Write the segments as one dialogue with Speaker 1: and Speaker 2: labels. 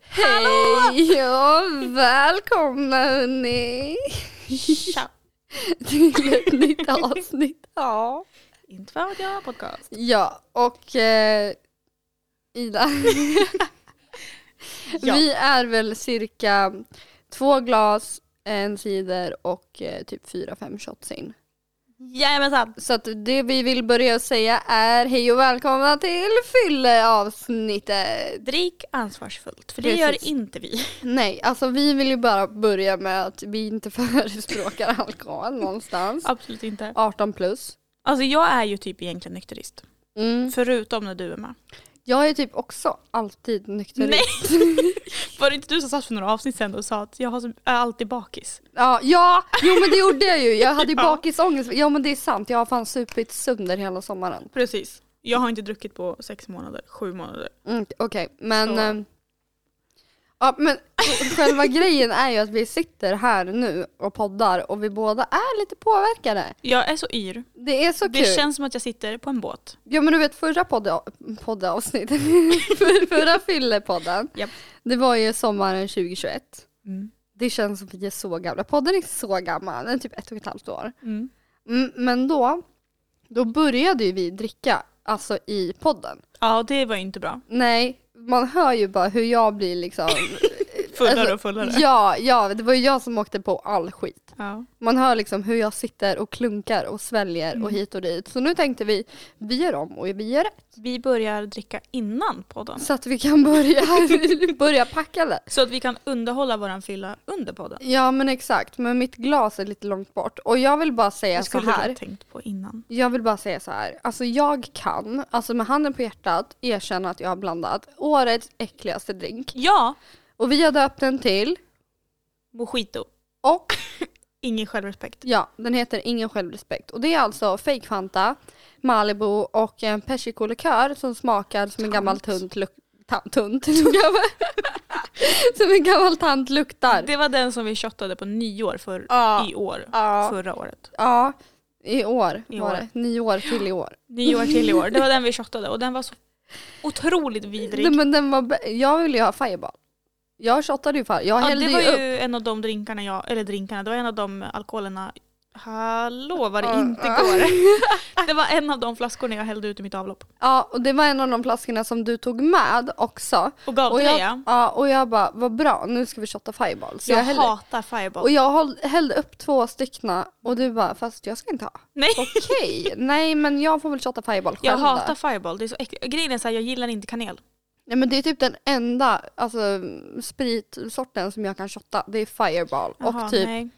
Speaker 1: Hej och välkomna hörni
Speaker 2: Tja!
Speaker 1: till ett nytt avsnitt. Ja.
Speaker 2: Inte vad jag podcast.
Speaker 1: Ja, och eh, Ida.
Speaker 2: Ja.
Speaker 1: Vi är väl cirka två glas, en cider och eh, typ fyra, fem shots in.
Speaker 2: Jajamensan!
Speaker 1: Så att det vi vill börja säga är hej och välkomna till fylleavsnittet.
Speaker 2: Drick ansvarsfullt, för det
Speaker 1: Precis.
Speaker 2: gör inte vi.
Speaker 1: Nej, alltså vi vill ju bara börja med att vi inte förespråkar alkohol någonstans.
Speaker 2: Absolut inte.
Speaker 1: 18 plus.
Speaker 2: Alltså jag är ju typ egentligen nykterist.
Speaker 1: Mm.
Speaker 2: Förutom när du är med.
Speaker 1: Jag är typ också alltid nykterist.
Speaker 2: Nej! Var det inte du som satt för några avsnitt sen och sa att jag har så, är alltid bakis?
Speaker 1: Ja, ja, jo men det gjorde jag ju. Jag hade ju
Speaker 2: Ja.
Speaker 1: bakisångest. Ja men det är sant, jag har fan supit sönder hela sommaren.
Speaker 2: Precis. Jag har inte druckit på sex månader, sju månader.
Speaker 1: Mm, Okej, men...
Speaker 2: Så.
Speaker 1: ehm, ja men själva grejen är ju att vi sitter här nu och poddar och vi båda är lite påverkade.
Speaker 2: Jag är så yr.
Speaker 1: Det är så
Speaker 2: det
Speaker 1: kul.
Speaker 2: känns som att jag sitter på en båt.
Speaker 1: Ja men du vet förra podda, poddavsnittet, förra fyllepodden,
Speaker 2: Japp.
Speaker 1: det var ju sommaren 2021.
Speaker 2: Mm.
Speaker 1: Det känns som att vi är så gamla. Podden är så gammal, den är typ ett och ett halvt år.
Speaker 2: Mm.
Speaker 1: Mm, men då, då började ju vi dricka, alltså i podden.
Speaker 2: Ja, det var ju inte bra.
Speaker 1: Nej, man hör ju bara hur jag blir liksom...
Speaker 2: Fullare
Speaker 1: Alltså,
Speaker 2: och fullare.
Speaker 1: ja, ja, det var ju jag som åkte på all skit.
Speaker 2: Ja.
Speaker 1: Man hör liksom hur jag sitter och klunkar och sväljer
Speaker 2: Mm.
Speaker 1: och hit och dit. Så nu tänkte vi, vi gör om och vi gör rätt.
Speaker 2: Vi börjar dricka innan podden.
Speaker 1: Så att vi kan börja, börja packa det.
Speaker 2: Så att vi kan underhålla våran fylla under podden.
Speaker 1: Ja men exakt, men mitt glas är lite långt bort. Och jag vill bara säga
Speaker 2: Jag
Speaker 1: så
Speaker 2: skulle du ha
Speaker 1: här.
Speaker 2: tänkt på innan.
Speaker 1: Jag vill bara säga så här. Alltså jag kan, alltså med handen på hjärtat, erkänna att jag har blandat årets äckligaste drink.
Speaker 2: Ja,
Speaker 1: Och vi har döpt den till,
Speaker 2: mojito.
Speaker 1: och
Speaker 2: Ingen självrespekt.
Speaker 1: ja, den heter Ingen självrespekt. Och det är alltså fake Fanta, Malibu och en persikolikör som smakar som en gammal
Speaker 2: Tant.
Speaker 1: tunt luk- ta- Tunt? Som gammal- som en gammal tant luktar.
Speaker 2: Det var den som vi shottade på nyår för
Speaker 1: Ja.
Speaker 2: i år.
Speaker 1: Ja.
Speaker 2: Förra året.
Speaker 1: Ja, i år
Speaker 2: I
Speaker 1: var
Speaker 2: år.
Speaker 1: det. Nio år till i år.
Speaker 2: Nyår till i år. Det var den vi shottade och den var så otroligt vidrig.
Speaker 1: Nej, men den var, bä- jag ville ju ha Fireball. Jag shottade ju Fireball. Jag
Speaker 2: Ja,
Speaker 1: hällde
Speaker 2: det
Speaker 1: ju
Speaker 2: var
Speaker 1: upp.
Speaker 2: ju en av de drinkarna jag, eller drinkarna, det var en av de alkoholerna Hallå vad det
Speaker 1: Ja,
Speaker 2: inte
Speaker 1: ja.
Speaker 2: går. Det var en av de flaskorna jag hällde ut i mitt avlopp.
Speaker 1: Ja, och det var en av de flaskorna som du tog med också.
Speaker 2: Och gav
Speaker 1: och,
Speaker 2: till dig
Speaker 1: jag,
Speaker 2: ja.
Speaker 1: ja, och jag bara, vad bra, nu ska vi shotta Fireball. Så jag,
Speaker 2: Jag
Speaker 1: hällde,
Speaker 2: hatar Fireball.
Speaker 1: och jag håll, hällde upp två styckna och du bara, fast jag ska inte ha.
Speaker 2: Nej.
Speaker 1: Okej, nej men jag får väl shotta Fireball själv
Speaker 2: Jag
Speaker 1: då.
Speaker 2: hatar Fireball, det är så äckligt. Grejen är så här, jag gillar inte kanel.
Speaker 1: Nej men det är typ den enda alltså, spritsorten som jag kan shotta, det är Fireball.
Speaker 2: Jaha,
Speaker 1: och typ
Speaker 2: nej.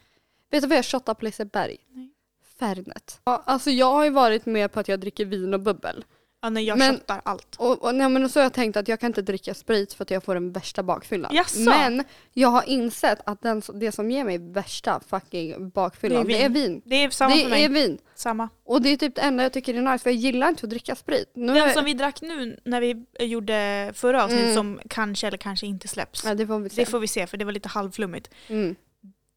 Speaker 1: Vet du vad jag shottar på Liseberg?
Speaker 2: Nej.
Speaker 1: Fernet. Ja, alltså jag har ju varit med på att jag dricker vin och bubbel.
Speaker 2: Ja, nej jag
Speaker 1: Men-
Speaker 2: shottar allt.
Speaker 1: Och, och, nej, men så har jag tänkt att jag kan inte dricka sprit för att jag får den värsta bakfyllan.
Speaker 2: Jaså?
Speaker 1: Men jag har insett att den, som- det som ger mig värsta fucking bakfyllan det är vin.
Speaker 2: Det är samma
Speaker 1: Det
Speaker 2: för
Speaker 1: är,
Speaker 2: mig.
Speaker 1: vin.
Speaker 2: Samma.
Speaker 1: Och det är typ det enda jag tycker är nice för jag gillar inte att dricka sprit. Nu har
Speaker 2: Den
Speaker 1: jag-
Speaker 2: som vi drack nu när vi gjorde förra avsnittet
Speaker 1: Mm.
Speaker 2: som kanske eller kanske inte släpps.
Speaker 1: ja, det får vi se.
Speaker 2: Det
Speaker 1: Det,
Speaker 2: får vi se för det var lite halvflummigt.
Speaker 1: mm.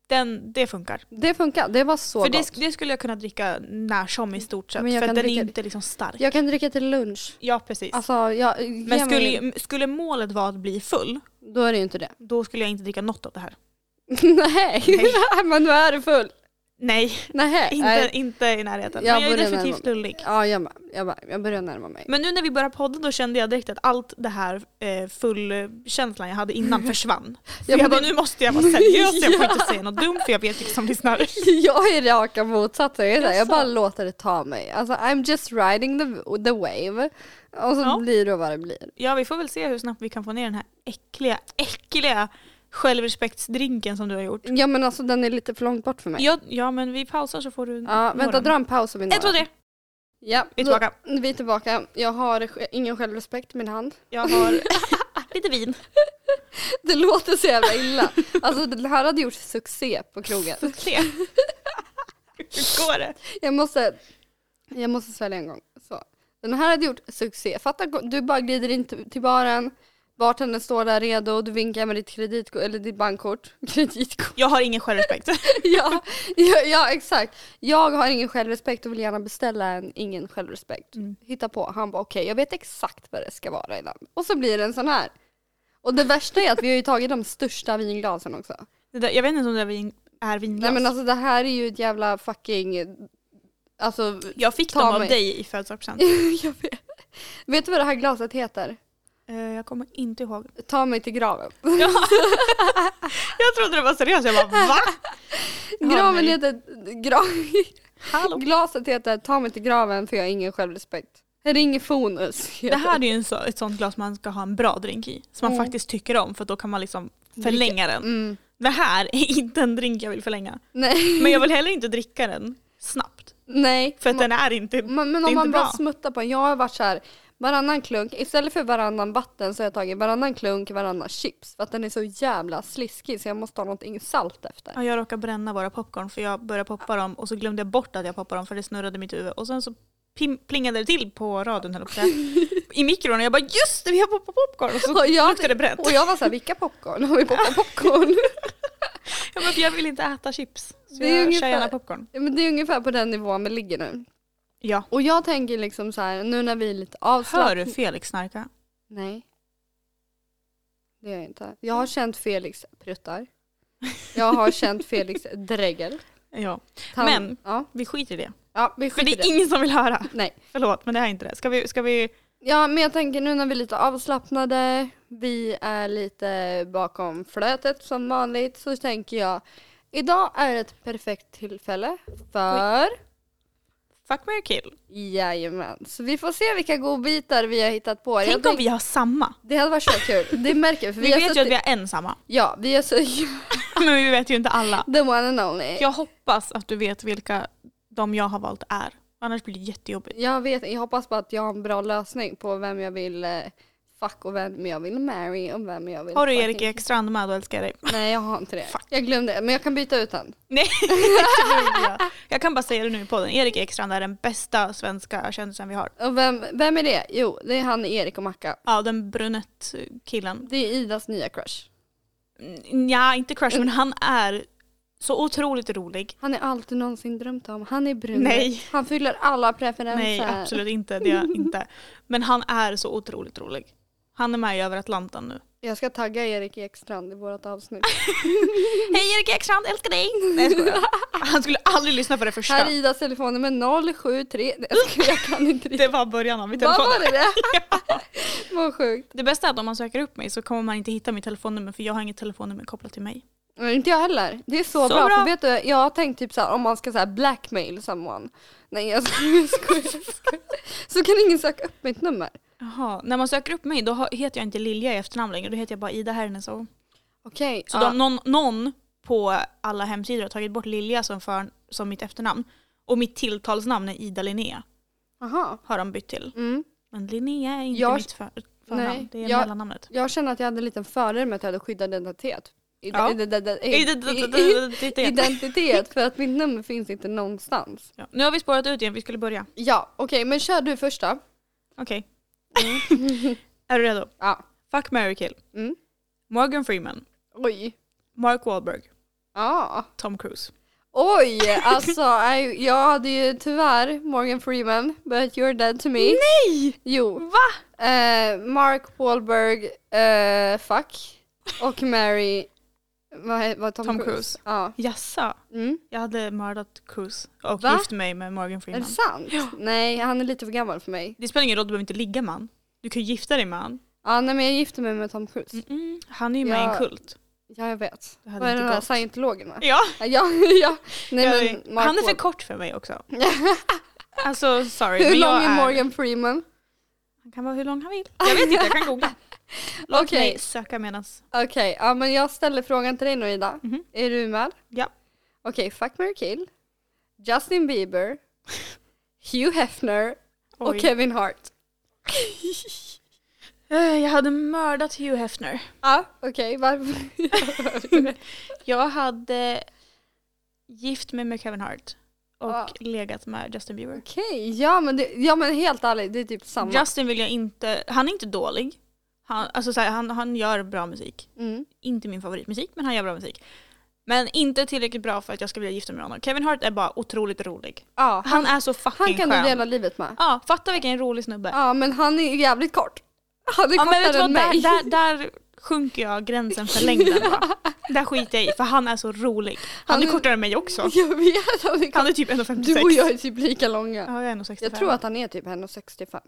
Speaker 2: Den, det funkar.
Speaker 1: det funkar, det var så
Speaker 2: för
Speaker 1: gott.
Speaker 2: det, det skulle jag kunna dricka när som i stort sett.
Speaker 1: Men jag
Speaker 2: För
Speaker 1: kan
Speaker 2: att den är
Speaker 1: dricka-
Speaker 2: inte liksom stark.
Speaker 1: Jag kan dricka till lunch.
Speaker 2: Ja precis.
Speaker 1: Alltså jag, ge
Speaker 2: Men
Speaker 1: mig-
Speaker 2: skulle, ju- skulle målet vara att bli full,
Speaker 1: då är det ju inte det.
Speaker 2: då skulle jag inte dricka något av det här.
Speaker 1: Nej, men nu är du full.
Speaker 2: Nej,
Speaker 1: Nej,
Speaker 2: inte, inte i närheten.
Speaker 1: Jag
Speaker 2: Men jag är
Speaker 1: borde
Speaker 2: definitivt
Speaker 1: närma
Speaker 2: lullig.
Speaker 1: Ja, jag, med. jag, med. jag börjar närma mig.
Speaker 2: Men nu när vi började podda då kände jag direkt att allt det här eh, fullkänslan jag hade innan försvann. För
Speaker 1: Ja, men
Speaker 2: jag bara,
Speaker 1: det-
Speaker 2: nu måste jag vara seriös, jag får
Speaker 1: Ja.
Speaker 2: inte säga något dumt för jag vet vilka som lyssnar.
Speaker 1: Jag är raka motsatsen. Jag, är så här, jag
Speaker 2: Jaså?
Speaker 1: bara låter det ta mig. Alltså, I'm just riding the, the wave. Och så
Speaker 2: Ja.
Speaker 1: blir det vad det blir.
Speaker 2: Ja, vi får väl se hur snabbt vi kan få ner den här äckliga, äckliga självrespektsdrinken som du har gjort.
Speaker 1: Ja men alltså den är lite för långt bort för mig.
Speaker 2: Ja, ja men vi pausar så får du
Speaker 1: Ja, vänta, dra en paus och vi når
Speaker 2: Ett, två, tre!
Speaker 1: den. Ja,
Speaker 2: Vi är
Speaker 1: då-
Speaker 2: tillbaka.
Speaker 1: Vi är tillbaka. Jag har sj- ingen självrespekt i min hand.
Speaker 2: Jag har lite vin.
Speaker 1: Det låter så jävla illa. Alltså det här hade gjort succé på krogen.
Speaker 2: Succé. Hur går det?
Speaker 1: Jag måste, jag måste svälja en gång. Så. Den här hade gjort succé. Fatta, du bara glider in till till baren, Bartendern står där redo och du vinkar med ditt kreditkort, eller ditt bankkort. Kreditkort.
Speaker 2: Jag har ingen självrespekt.
Speaker 1: ja, ja, ja, exakt. Jag har ingen självrespekt och vill gärna beställa en ingen självrespekt.
Speaker 2: Mm.
Speaker 1: Hitta på. Han bara okej, jag vet exakt vad det ska vara innan. Och så blir det en sån här. Och det värsta är att vi har ju tagit de största vinglasen också.
Speaker 2: Det där, jag vet inte ens om det där vin, är vinglas.
Speaker 1: Nej men alltså det här är ju ett jävla fucking, alltså
Speaker 2: jag fick
Speaker 1: ta
Speaker 2: dem av
Speaker 1: mig.
Speaker 2: dig i födelsedagspresent.
Speaker 1: jag vet. Vet du vad det här glaset heter?
Speaker 2: Eh, jag kommer inte ihåg.
Speaker 1: Ta mig till graven.
Speaker 2: Jag trodde det var seriöst. Jag bara va? Ja,
Speaker 1: Graven
Speaker 2: nej.
Speaker 1: heter, gra,
Speaker 2: Hallå?
Speaker 1: glaset heter ta mig till graven för jag har ingen självrespekt. Ring Fonus.
Speaker 2: Det här är ju en så, ett sånt glas man ska ha en bra drink i. Som man
Speaker 1: Mm.
Speaker 2: faktiskt tycker om för då kan man liksom
Speaker 1: Dricka.
Speaker 2: förlänga den.
Speaker 1: Mm.
Speaker 2: Det här är inte en drink jag vill förlänga.
Speaker 1: Nej.
Speaker 2: Men jag vill heller inte dricka den snabbt.
Speaker 1: Nej.
Speaker 2: För att
Speaker 1: Ma-
Speaker 2: den är inte...
Speaker 1: men, men
Speaker 2: det är
Speaker 1: om man
Speaker 2: inte
Speaker 1: bara
Speaker 2: bra.
Speaker 1: smuttar på en. Jag har varit så här varannan klunk, istället för varannan vatten så har jag tagit varannan klunk, varannan chips. För att den är så jävla sliskig så jag måste ha någonting salt efter.
Speaker 2: Ja, jag råkade bränna våra popcorn för jag började poppa dem och så glömde jag bort att jag poppade dem för det snurrade i mitt huvud. Och sen så pim- plingade det till på radion höll jag på att säga. I mikron och jag bara just det vi har poppat popcorn och så
Speaker 1: Och jag,
Speaker 2: luktade det bränt.
Speaker 1: och jag var så här, vilka popcorn? Har vi poppat popcorn?
Speaker 2: Jag, bara, för jag vill inte äta chips. Så
Speaker 1: Det är
Speaker 2: jag
Speaker 1: ungefär-
Speaker 2: kör gärna popcorn.
Speaker 1: Ja, Men det är ungefär på den nivån vi ligger nu.
Speaker 2: Ja.
Speaker 1: Och jag tänker liksom så här, nu när vi är lite
Speaker 2: Hör
Speaker 1: avslappnade.
Speaker 2: du Felix snarka?
Speaker 1: Nej. Det gör jag inte. Jag
Speaker 2: Mm.
Speaker 1: har känt Felix pruttar. Jag har känt Felix dregel.
Speaker 2: Ja.
Speaker 1: Tand-
Speaker 2: Men-
Speaker 1: Ja,
Speaker 2: Vi skiter i det.
Speaker 1: ja vi
Speaker 2: För det
Speaker 1: skiter i
Speaker 2: är
Speaker 1: det.
Speaker 2: ingen som vill höra.
Speaker 1: Nej.
Speaker 2: Förlåt men det är inte det. Ska vi, ska vi
Speaker 1: Ja, men jag tänker nu när vi är lite avslappnade, vi är lite bakom flötet som vanligt, så tänker jag idag är ett perfekt tillfälle för
Speaker 2: fuck, marry, kill?
Speaker 1: Jajamän, så vi får se vilka godbitar vi har hittat på.
Speaker 2: Tänk om
Speaker 1: tänk-
Speaker 2: vi har samma.
Speaker 1: Det hade varit så kul, det märker vi. För
Speaker 2: Vi,
Speaker 1: vi, har
Speaker 2: vet ju
Speaker 1: suttit...
Speaker 2: att vi har en samma.
Speaker 1: Ja, vi har suttit...
Speaker 2: Men vi vet ju inte alla.
Speaker 1: The one and only.
Speaker 2: Jag hoppas att du vet vilka de jag har valt är. Annars blir det jättejobbigt.
Speaker 1: Jag vet jag hoppas på att jag har en bra lösning på vem jag vill eh, fuck och vem jag vill marry och vem jag vill...
Speaker 2: Har du
Speaker 1: fucking-
Speaker 2: Erik Ekstrand med då älskar jag dig.
Speaker 1: Nej, jag har inte det.
Speaker 2: Fuck.
Speaker 1: Jag glömde, men jag kan byta ut den.
Speaker 2: Jag kan bara säga det nu i podden. Erik Ekstrand är den bästa svenska kändisen vi har.
Speaker 1: Och vem, vem är det? Jo, det är han Erik och Macka.
Speaker 2: Ja, den brunett killen.
Speaker 1: Det är Idas nya crush.
Speaker 2: Mm, Ja, inte crush men han är så otroligt rolig.
Speaker 1: Han är alltid någonsin drömt om. Han är brun.
Speaker 2: Nej.
Speaker 1: Han fyller alla preferenser.
Speaker 2: Nej, absolut inte. Det är jag inte. Men han är så otroligt rolig. Han är med i Över Atlanten nu.
Speaker 1: Jag ska tagga Erik Ekstrand i vårt avsnitt.
Speaker 2: Hej Erik Ekstrand, älskar dig! Nej, jag skojar. Han skulle aldrig lyssna på det första.
Speaker 1: Här är Idas telefonnummer 073. Nej, jag skojar, jag kan inte riktigt.
Speaker 2: Det var början av mitt
Speaker 1: Vad
Speaker 2: telefon.
Speaker 1: var det där? Vad sjukt.
Speaker 2: Det bästa är att om man söker upp mig så kommer man inte hitta mitt telefonnummer för jag har inget telefonnummer kopplat till mig.
Speaker 1: Men inte jag heller. Det är så,
Speaker 2: Så
Speaker 1: bra.
Speaker 2: bra.
Speaker 1: För vet du, jag har tänkt typ såhär om man ska såhär blackmail someone. Nej jag skojar, jag skojar. jag skojar. Så kan ingen söka upp mitt nummer.
Speaker 2: Jaha, när man söker upp mig då har- heter jag inte Lilja i efternamn längre, då heter jag bara Ida Herneshov.
Speaker 1: Okej.
Speaker 2: Så
Speaker 1: ja.
Speaker 2: de, någon, någon på alla hemsidor har tagit bort Lilja som, för, som mitt efternamn. Och mitt tilltalsnamn är Ida Linnea,
Speaker 1: Aha.
Speaker 2: har de bytt till.
Speaker 1: Mm.
Speaker 2: Men Linnea är inte
Speaker 1: Jag-
Speaker 2: mitt för, förnamn,
Speaker 1: Nej,
Speaker 2: det är
Speaker 1: jag-
Speaker 2: mellannamnet.
Speaker 1: Jag känner att jag hade en liten fördel med att jag hade skyddad identitet. Ide-
Speaker 2: Ja.
Speaker 1: ide- ide- eh, ide-
Speaker 2: Identitet.
Speaker 1: Identitet för att mitt nummer finns inte någonstans.
Speaker 2: Ja, Nu har vi spårat ut igen, vi skulle börja.
Speaker 1: Ja okej men kör du första.
Speaker 2: Okej. är du redo?
Speaker 1: Mm. Ja.
Speaker 2: Fuck, marry, kill.
Speaker 1: Mm.
Speaker 2: Morgan Freeman.
Speaker 1: Oj.
Speaker 2: Mark Wahlberg.
Speaker 1: Ja.
Speaker 2: Tom Cruise.
Speaker 1: Oj, alltså jag- jag hade ju tyvärr Morgan Freeman, but you're dead to me.
Speaker 2: Nej!
Speaker 1: Jo.
Speaker 2: Va?
Speaker 1: Eh, Mark Wahlberg, eh, fuck. Och Mary, vad, he- vad Tom,
Speaker 2: Tom
Speaker 1: Cruise.
Speaker 2: Cruise.
Speaker 1: Ja.
Speaker 2: Jassa.
Speaker 1: Mm.
Speaker 2: Jag hade mördat Cruise och
Speaker 1: Va?
Speaker 2: gift mig med Morgan
Speaker 1: Är det
Speaker 2: Freeman.
Speaker 1: sant? Nej, han är lite för gammal för mig.
Speaker 2: Det spelar ingen roll, du behöver inte ligga med han. Du kan ju gifta dig med han.
Speaker 1: Ja, nej, men jag gifte mig med Tom Cruise.
Speaker 2: Mm-mm. Han är ju med i
Speaker 1: Ja.
Speaker 2: en kult.
Speaker 1: Ja, jag vet.
Speaker 2: Det Mm. hade
Speaker 1: Vad är
Speaker 2: inte
Speaker 1: den där
Speaker 2: gått.
Speaker 1: scientologerna?
Speaker 2: Ja,
Speaker 1: Ja, ja. Nej,
Speaker 2: jag-
Speaker 1: men Mark
Speaker 2: han är för
Speaker 1: Wahlberg.
Speaker 2: kort för mig också. Alltså sorry,
Speaker 1: Hur
Speaker 2: men jag
Speaker 1: lång är
Speaker 2: är...
Speaker 1: Morgan Freeman?
Speaker 2: Han kan vara hur lång han vill. Jag vet inte, jag kan googla. Låt
Speaker 1: Okej.
Speaker 2: mig söka medans.
Speaker 1: Okej, ja, men jag ställer frågan till dig nu Ida.
Speaker 2: Mhm.
Speaker 1: Är du med?
Speaker 2: Ja.
Speaker 1: Okej, fuck, marry, kill. Justin Bieber, Hugh Hefner
Speaker 2: Oj.
Speaker 1: och Kevin Hart.
Speaker 2: Eh, Jag hade mördat Hugh Hefner.
Speaker 1: Ja, okej. Varför?
Speaker 2: Jag hade gift mig med Kevin Hart och
Speaker 1: Ja.
Speaker 2: legat med Justin Bieber.
Speaker 1: Okej, ja, men det- ja men helt ärligt, det är typ samma.
Speaker 2: Justin vill jag inte, han är inte dålig. Han, alltså så här, han, han gör bra musik.
Speaker 1: Mm.
Speaker 2: Inte min favoritmusik, men han gör bra musik. Men inte tillräckligt bra för att jag ska vilja gifta mig med honom. Kevin Hart är bara otroligt rolig.
Speaker 1: Ja, han,
Speaker 2: Han är så fucking
Speaker 1: han kan
Speaker 2: skön.
Speaker 1: du dela livet med.
Speaker 2: Ja, fatta vilken rolig snubbe.
Speaker 1: Ja men han är jävligt kort. Han är
Speaker 2: Ja, men vet du
Speaker 1: kortare
Speaker 2: vad,
Speaker 1: än mig.
Speaker 2: där, där, där sjunker jag gränsen för längden. Va? Där skiter jag i, för han är så rolig. Han,
Speaker 1: Han
Speaker 2: är
Speaker 1: är-
Speaker 2: kortare än mig också.
Speaker 1: Jag vet, han är kort.
Speaker 2: Han är typ 1,56.
Speaker 1: Du och jag är typ lika långa.
Speaker 2: Ja, jag är nog 65.
Speaker 1: Jag tror att han är typ 1,65.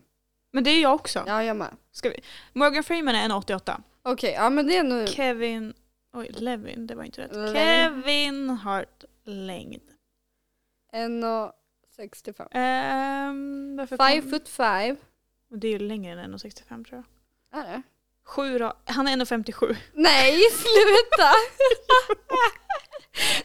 Speaker 2: Men det är jag också.
Speaker 1: Ja jag med.
Speaker 2: Ska vi... Morgan Freeman är 1,88.
Speaker 1: Okej, ja men det är nu.
Speaker 2: Kevin... Oj, Levin, det var inte rätt.
Speaker 1: Typ. Levin.
Speaker 2: Kevin Hart längd.
Speaker 1: 1,65.
Speaker 2: Ehm, varför kom-
Speaker 1: Five foot five.
Speaker 2: Det är ju längre än 1,65 tror jag.
Speaker 1: Är det?
Speaker 2: Sju ra- Han är 1,57.
Speaker 1: Nej sluta!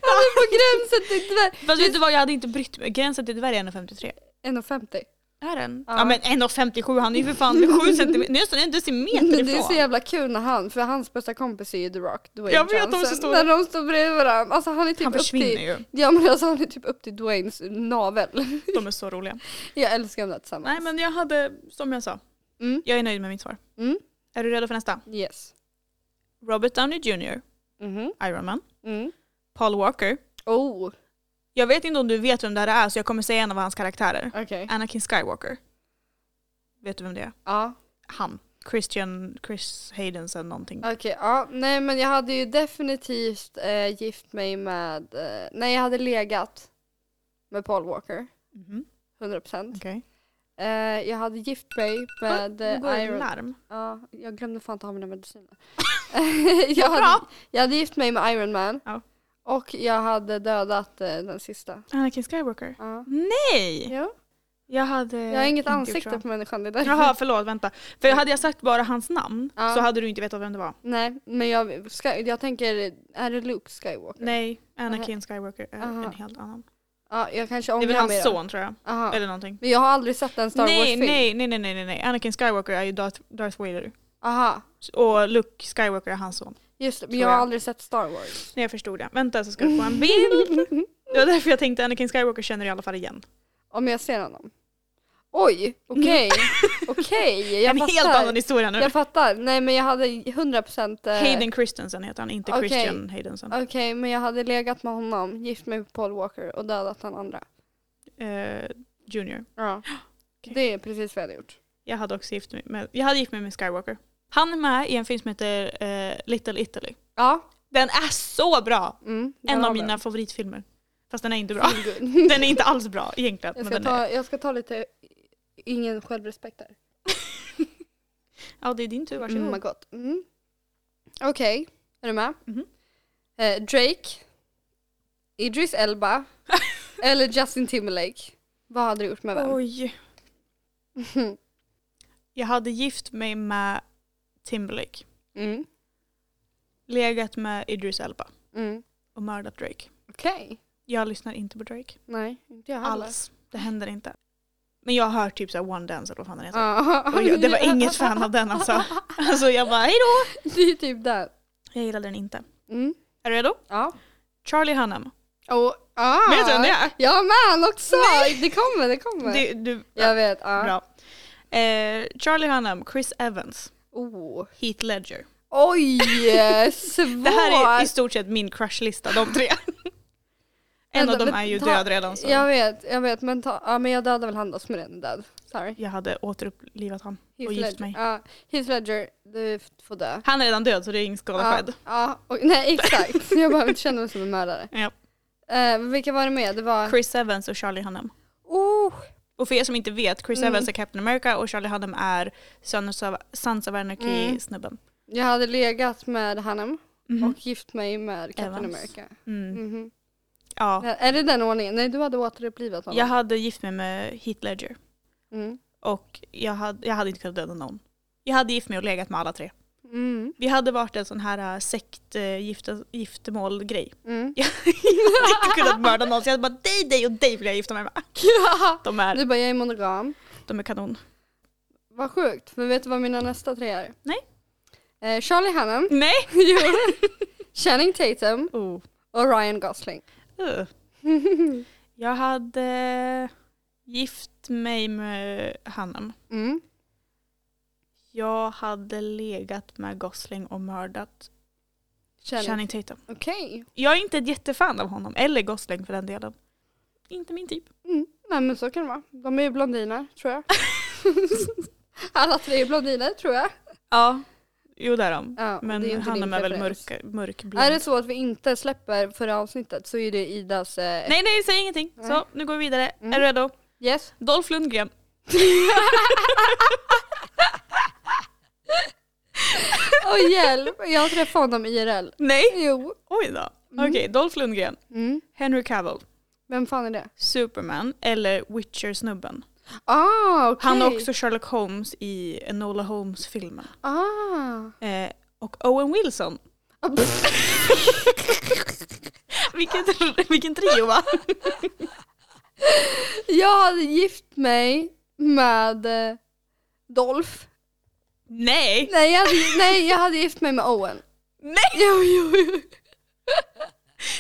Speaker 1: Han är på gränsen till dvärg.
Speaker 2: Fast vet du vad, jag hade inte brytt mig. Gränsen till dvärg är 1,53.
Speaker 1: 1,50.
Speaker 2: Är den? Ja,
Speaker 1: Ja.
Speaker 2: men 1,57 han är ju för fan 7 centimeter, nästan en decimeter
Speaker 1: Men det är så
Speaker 2: ifrån.
Speaker 1: jävla kul när han, för hans bästa kompis är ju The Rock, Dwayne
Speaker 2: Jag vet, de är så
Speaker 1: Johnson.
Speaker 2: stora.
Speaker 1: När de står bredvid varandra, alltså han är typ
Speaker 2: Han
Speaker 1: upp
Speaker 2: försvinner
Speaker 1: till,
Speaker 2: ju.
Speaker 1: ja men alltså han är typ upp till Dwaynes navel.
Speaker 2: De är så roliga.
Speaker 1: Jag älskar dem där tillsammans.
Speaker 2: Nej men jag hade, som jag sa,
Speaker 1: Mm.
Speaker 2: jag är nöjd med mitt svar.
Speaker 1: Mm.
Speaker 2: Är du redo för nästa?
Speaker 1: Yes.
Speaker 2: Robert Downey Jr,
Speaker 1: Mhm.
Speaker 2: Iron Man,
Speaker 1: Mm.
Speaker 2: Paul Walker.
Speaker 1: Oh,
Speaker 2: Jag vet inte om du vet vem det här är så jag kommer säga en av hans karaktärer.
Speaker 1: okej.
Speaker 2: Anakin Skywalker. Vet du vem det är?
Speaker 1: Ja,
Speaker 2: Han. Christian, Chris Hayden eller någonting.
Speaker 1: okej. Ja, nej men jag hade ju definitivt eh, gift mig med, eh, nej jag hade legat med Paul Walker,
Speaker 2: Mhm.
Speaker 1: 100%. procent.
Speaker 2: Okej.
Speaker 1: Eh, jag hade gift mig med
Speaker 2: Ah, Nu går
Speaker 1: eh,
Speaker 2: det
Speaker 1: Iron
Speaker 2: larm.
Speaker 1: Ja, jag glömde fan ta mina mediciner. jag,
Speaker 2: bra.
Speaker 1: hade, jag hade gift mig med Iron Man.
Speaker 2: Ja.
Speaker 1: Och jag hade dödat eh, den sista.
Speaker 2: Anakin Skywalker.
Speaker 1: Ja.
Speaker 2: Nej!
Speaker 1: Ja.
Speaker 2: Jag hade...
Speaker 1: Jag har inget
Speaker 2: Eh, inte gjort så.
Speaker 1: ansikte på människan. Det är därför.
Speaker 2: Jaha, förlåt, vänta. För hade jag sagt bara hans namn
Speaker 1: Ja.
Speaker 2: så hade du inte vetat vem det var.
Speaker 1: Nej, men jag, ska, jag tänker, är det Luke Skywalker?
Speaker 2: Nej, Anakin Skywalker är
Speaker 1: Aha.
Speaker 2: en helt annan.
Speaker 1: Ja, jag kanske
Speaker 2: Det är
Speaker 1: ångrar
Speaker 2: väl
Speaker 1: mig
Speaker 2: hans
Speaker 1: då.
Speaker 2: son tror jag,
Speaker 1: Aha.
Speaker 2: eller någonting.
Speaker 1: Men jag har aldrig sett en Star
Speaker 2: Nej,
Speaker 1: Wars-film.
Speaker 2: nej, nej, nej, nej, nej, nej. Anakin Skywalker är ju Darth, Darth Vader.
Speaker 1: Aha,
Speaker 2: Och Luke Skywalker är hans son.
Speaker 1: just det. Men
Speaker 2: Tror
Speaker 1: jag har
Speaker 2: jag.
Speaker 1: aldrig sett Star Wars.
Speaker 2: Nej, jag förstod det. Vänta så ska du få en bild. Det var därför jag tänkte Anakin Skywalker känner i alla fall igen.
Speaker 1: Om jag ser honom. Oj, okej. Okej, jag
Speaker 2: Mm. en
Speaker 1: fattar.
Speaker 2: helt annan historia nu.
Speaker 1: Jag fattar. Nej men jag hade 100% eh,
Speaker 2: Hayden Christensen heter han, inte
Speaker 1: Okej.
Speaker 2: Christian Haydensen.
Speaker 1: Okej, men jag hade legat med honom, gift mig med Paul Walker och dödat den andra.
Speaker 2: Eh, junior.
Speaker 1: Ja.
Speaker 2: Okej.
Speaker 1: Det är precis vad jag hade gjort.
Speaker 2: Jag hade också gift mig med, jag hade gift mig med Skywalker. Han är med i en film som heter eh, Little Italy.
Speaker 1: Ja.
Speaker 2: Den är så bra!
Speaker 1: Mm, det
Speaker 2: En
Speaker 1: var
Speaker 2: av
Speaker 1: det.
Speaker 2: mina favoritfilmer. Fast den är inte bra.
Speaker 1: Feel good.
Speaker 2: Den är inte alls bra egentligen.
Speaker 1: jag,
Speaker 2: Men
Speaker 1: ska
Speaker 2: den är.
Speaker 1: ta, jag ska ta lite, ingen självrespekt där.
Speaker 2: Ja, det är din tur, varsågod.
Speaker 1: Mm, my God. Mm. Okej, är du med?
Speaker 2: Mhm.
Speaker 1: Eh, Drake, Idris Elba eller Justin Timberlake. Vad hade du gjort med vem?
Speaker 2: Oj. Jag hade gift mig med Timberlake,
Speaker 1: Mm.
Speaker 2: legat med Idris Elba
Speaker 1: Mm.
Speaker 2: och mördat Drake.
Speaker 1: Okej.
Speaker 2: Jag lyssnar inte på Drake
Speaker 1: Nej, inte jag heller.
Speaker 2: alls. Det händer inte. Men jag har hört typ såhär One Dance eller vad fan den heter.
Speaker 1: Ja.
Speaker 2: Och jag, Alltså, det var inget fan av den alltså. Alltså jag bara hejdå.
Speaker 1: Det är typ där.
Speaker 2: Jag gillade den inte.
Speaker 1: Mm.
Speaker 2: Är du redo?
Speaker 1: Ja.
Speaker 2: Charlie Hunnam.
Speaker 1: Och, ah.
Speaker 2: Vet du vem det är?
Speaker 1: Jag har med han också! Det kommer, det kommer.
Speaker 2: Du, du,
Speaker 1: jag vet, ja.
Speaker 2: Bra. Eh, Charlie Hunnam, Chris Evans,
Speaker 1: Oh.
Speaker 2: Heath Ledger.
Speaker 1: Oj, svårt!
Speaker 2: Det här är i stort sett min crushlista, de tre. en av
Speaker 1: Vänta,
Speaker 2: dem är ju
Speaker 1: ta-
Speaker 2: död redan så.
Speaker 1: Jag
Speaker 2: Jag,
Speaker 1: vet, jag vet men, ta, ja, men jag dödade väl han då som redan är död. Sorry.
Speaker 2: hade återupplivat han och
Speaker 1: Heath
Speaker 2: gift
Speaker 1: Ledger.
Speaker 2: mig.
Speaker 1: Ja, Heath Ledger, du f- får dö.
Speaker 2: Han är redan död så det är ingen skada
Speaker 1: Ja,
Speaker 2: skedd.
Speaker 1: ja, och, nej exakt, jag behöver inte känna mig som en mördare.
Speaker 2: Ja.
Speaker 1: Eh, vilka var det med? Det var...
Speaker 2: Chris Evans och Charlie Hunnam.
Speaker 1: Oh,
Speaker 2: Och för er som inte vet, Chris
Speaker 1: Mm.
Speaker 2: Evans är Captain America och Charlie Hunnam är Sons of, Sons of
Speaker 1: Mm.
Speaker 2: Anarchy-snubben.
Speaker 1: jag hade legat med Hanem
Speaker 2: Mhm.
Speaker 1: och gift mig med Captain
Speaker 2: Evans.
Speaker 1: America.
Speaker 2: Mm.
Speaker 1: Mhm.
Speaker 2: Ja.
Speaker 1: Är det den ordningen? Nej, du hade återupplivat honom.
Speaker 2: Jag hade gift mig med Heath Ledger
Speaker 1: Mm.
Speaker 2: och jag hade, jag hade inte kunnat döda någon. Jag hade gift mig och legat med alla tre.
Speaker 1: Mm.
Speaker 2: Vi hade varit en sån här äh, sekt äh, gifta, giftermål-grej.
Speaker 1: Mm.
Speaker 2: Jag hade inte kunnat mörda någon så jag hade bara dig, dig och dig vill jag gifta mig med. Ah, De är,
Speaker 1: Du bara, jag är monogam.
Speaker 2: de är kanon.
Speaker 1: Vad sjukt, men vet du vad mina nästa tre är?
Speaker 2: Nej.
Speaker 1: Eh, Charlie Hunnam,
Speaker 2: Nej!
Speaker 1: Channing Tatum
Speaker 2: Oh.
Speaker 1: och Ryan Gosling. Mm.
Speaker 2: Ugh. Oh. Jag hade äh, gift mig med Hannem.
Speaker 1: Mm.
Speaker 2: Jag hade legat med Gosling och mördat
Speaker 1: Känner-
Speaker 2: Channing Tatum.
Speaker 1: Okej.
Speaker 2: Jag är inte ett jättefan av honom, eller Gosling för den delen. Inte min typ.
Speaker 1: Mm. Nej men så kan det vara. De är ju blondiner tror jag. Alla tre är blondiner tror jag.
Speaker 2: Ja, jo det är de.
Speaker 1: Ja,
Speaker 2: Men
Speaker 1: det är inte
Speaker 2: han
Speaker 1: din
Speaker 2: är väl
Speaker 1: preferens.
Speaker 2: mörk, mörkblond.
Speaker 1: Är det så att vi inte släpper förra avsnittet så är det Idas... Eh,
Speaker 2: Nej, nej, säg ingenting.
Speaker 1: Nej.
Speaker 2: Så, nu går vi vidare.
Speaker 1: Mm.
Speaker 2: Är du redo?
Speaker 1: Yes.
Speaker 2: Dolph Lundgren.
Speaker 1: Åh hjälp, jag träffade honom IRL.
Speaker 2: Nej.
Speaker 1: Jo.
Speaker 2: Oj då.
Speaker 1: Mm.
Speaker 2: Okej, Dolph Lundgren.
Speaker 1: Mm.
Speaker 2: Henry Cavill.
Speaker 1: Vem fan är det?
Speaker 2: Superman eller Witcher-snubben.
Speaker 1: Ah, okej.
Speaker 2: Han är också Sherlock Holmes i Enola Holmes-filmen.
Speaker 1: Ah.
Speaker 2: Eh, och Owen Wilson.
Speaker 1: Ah, pff.
Speaker 2: Vilken, vilken trio va?
Speaker 1: Jag hade gift mig med eh, Dolph.
Speaker 2: Nej!
Speaker 1: Nej jag, hade, nej, jag hade gift mig med Owen.
Speaker 2: Nej!
Speaker 1: Jo, jo, jo.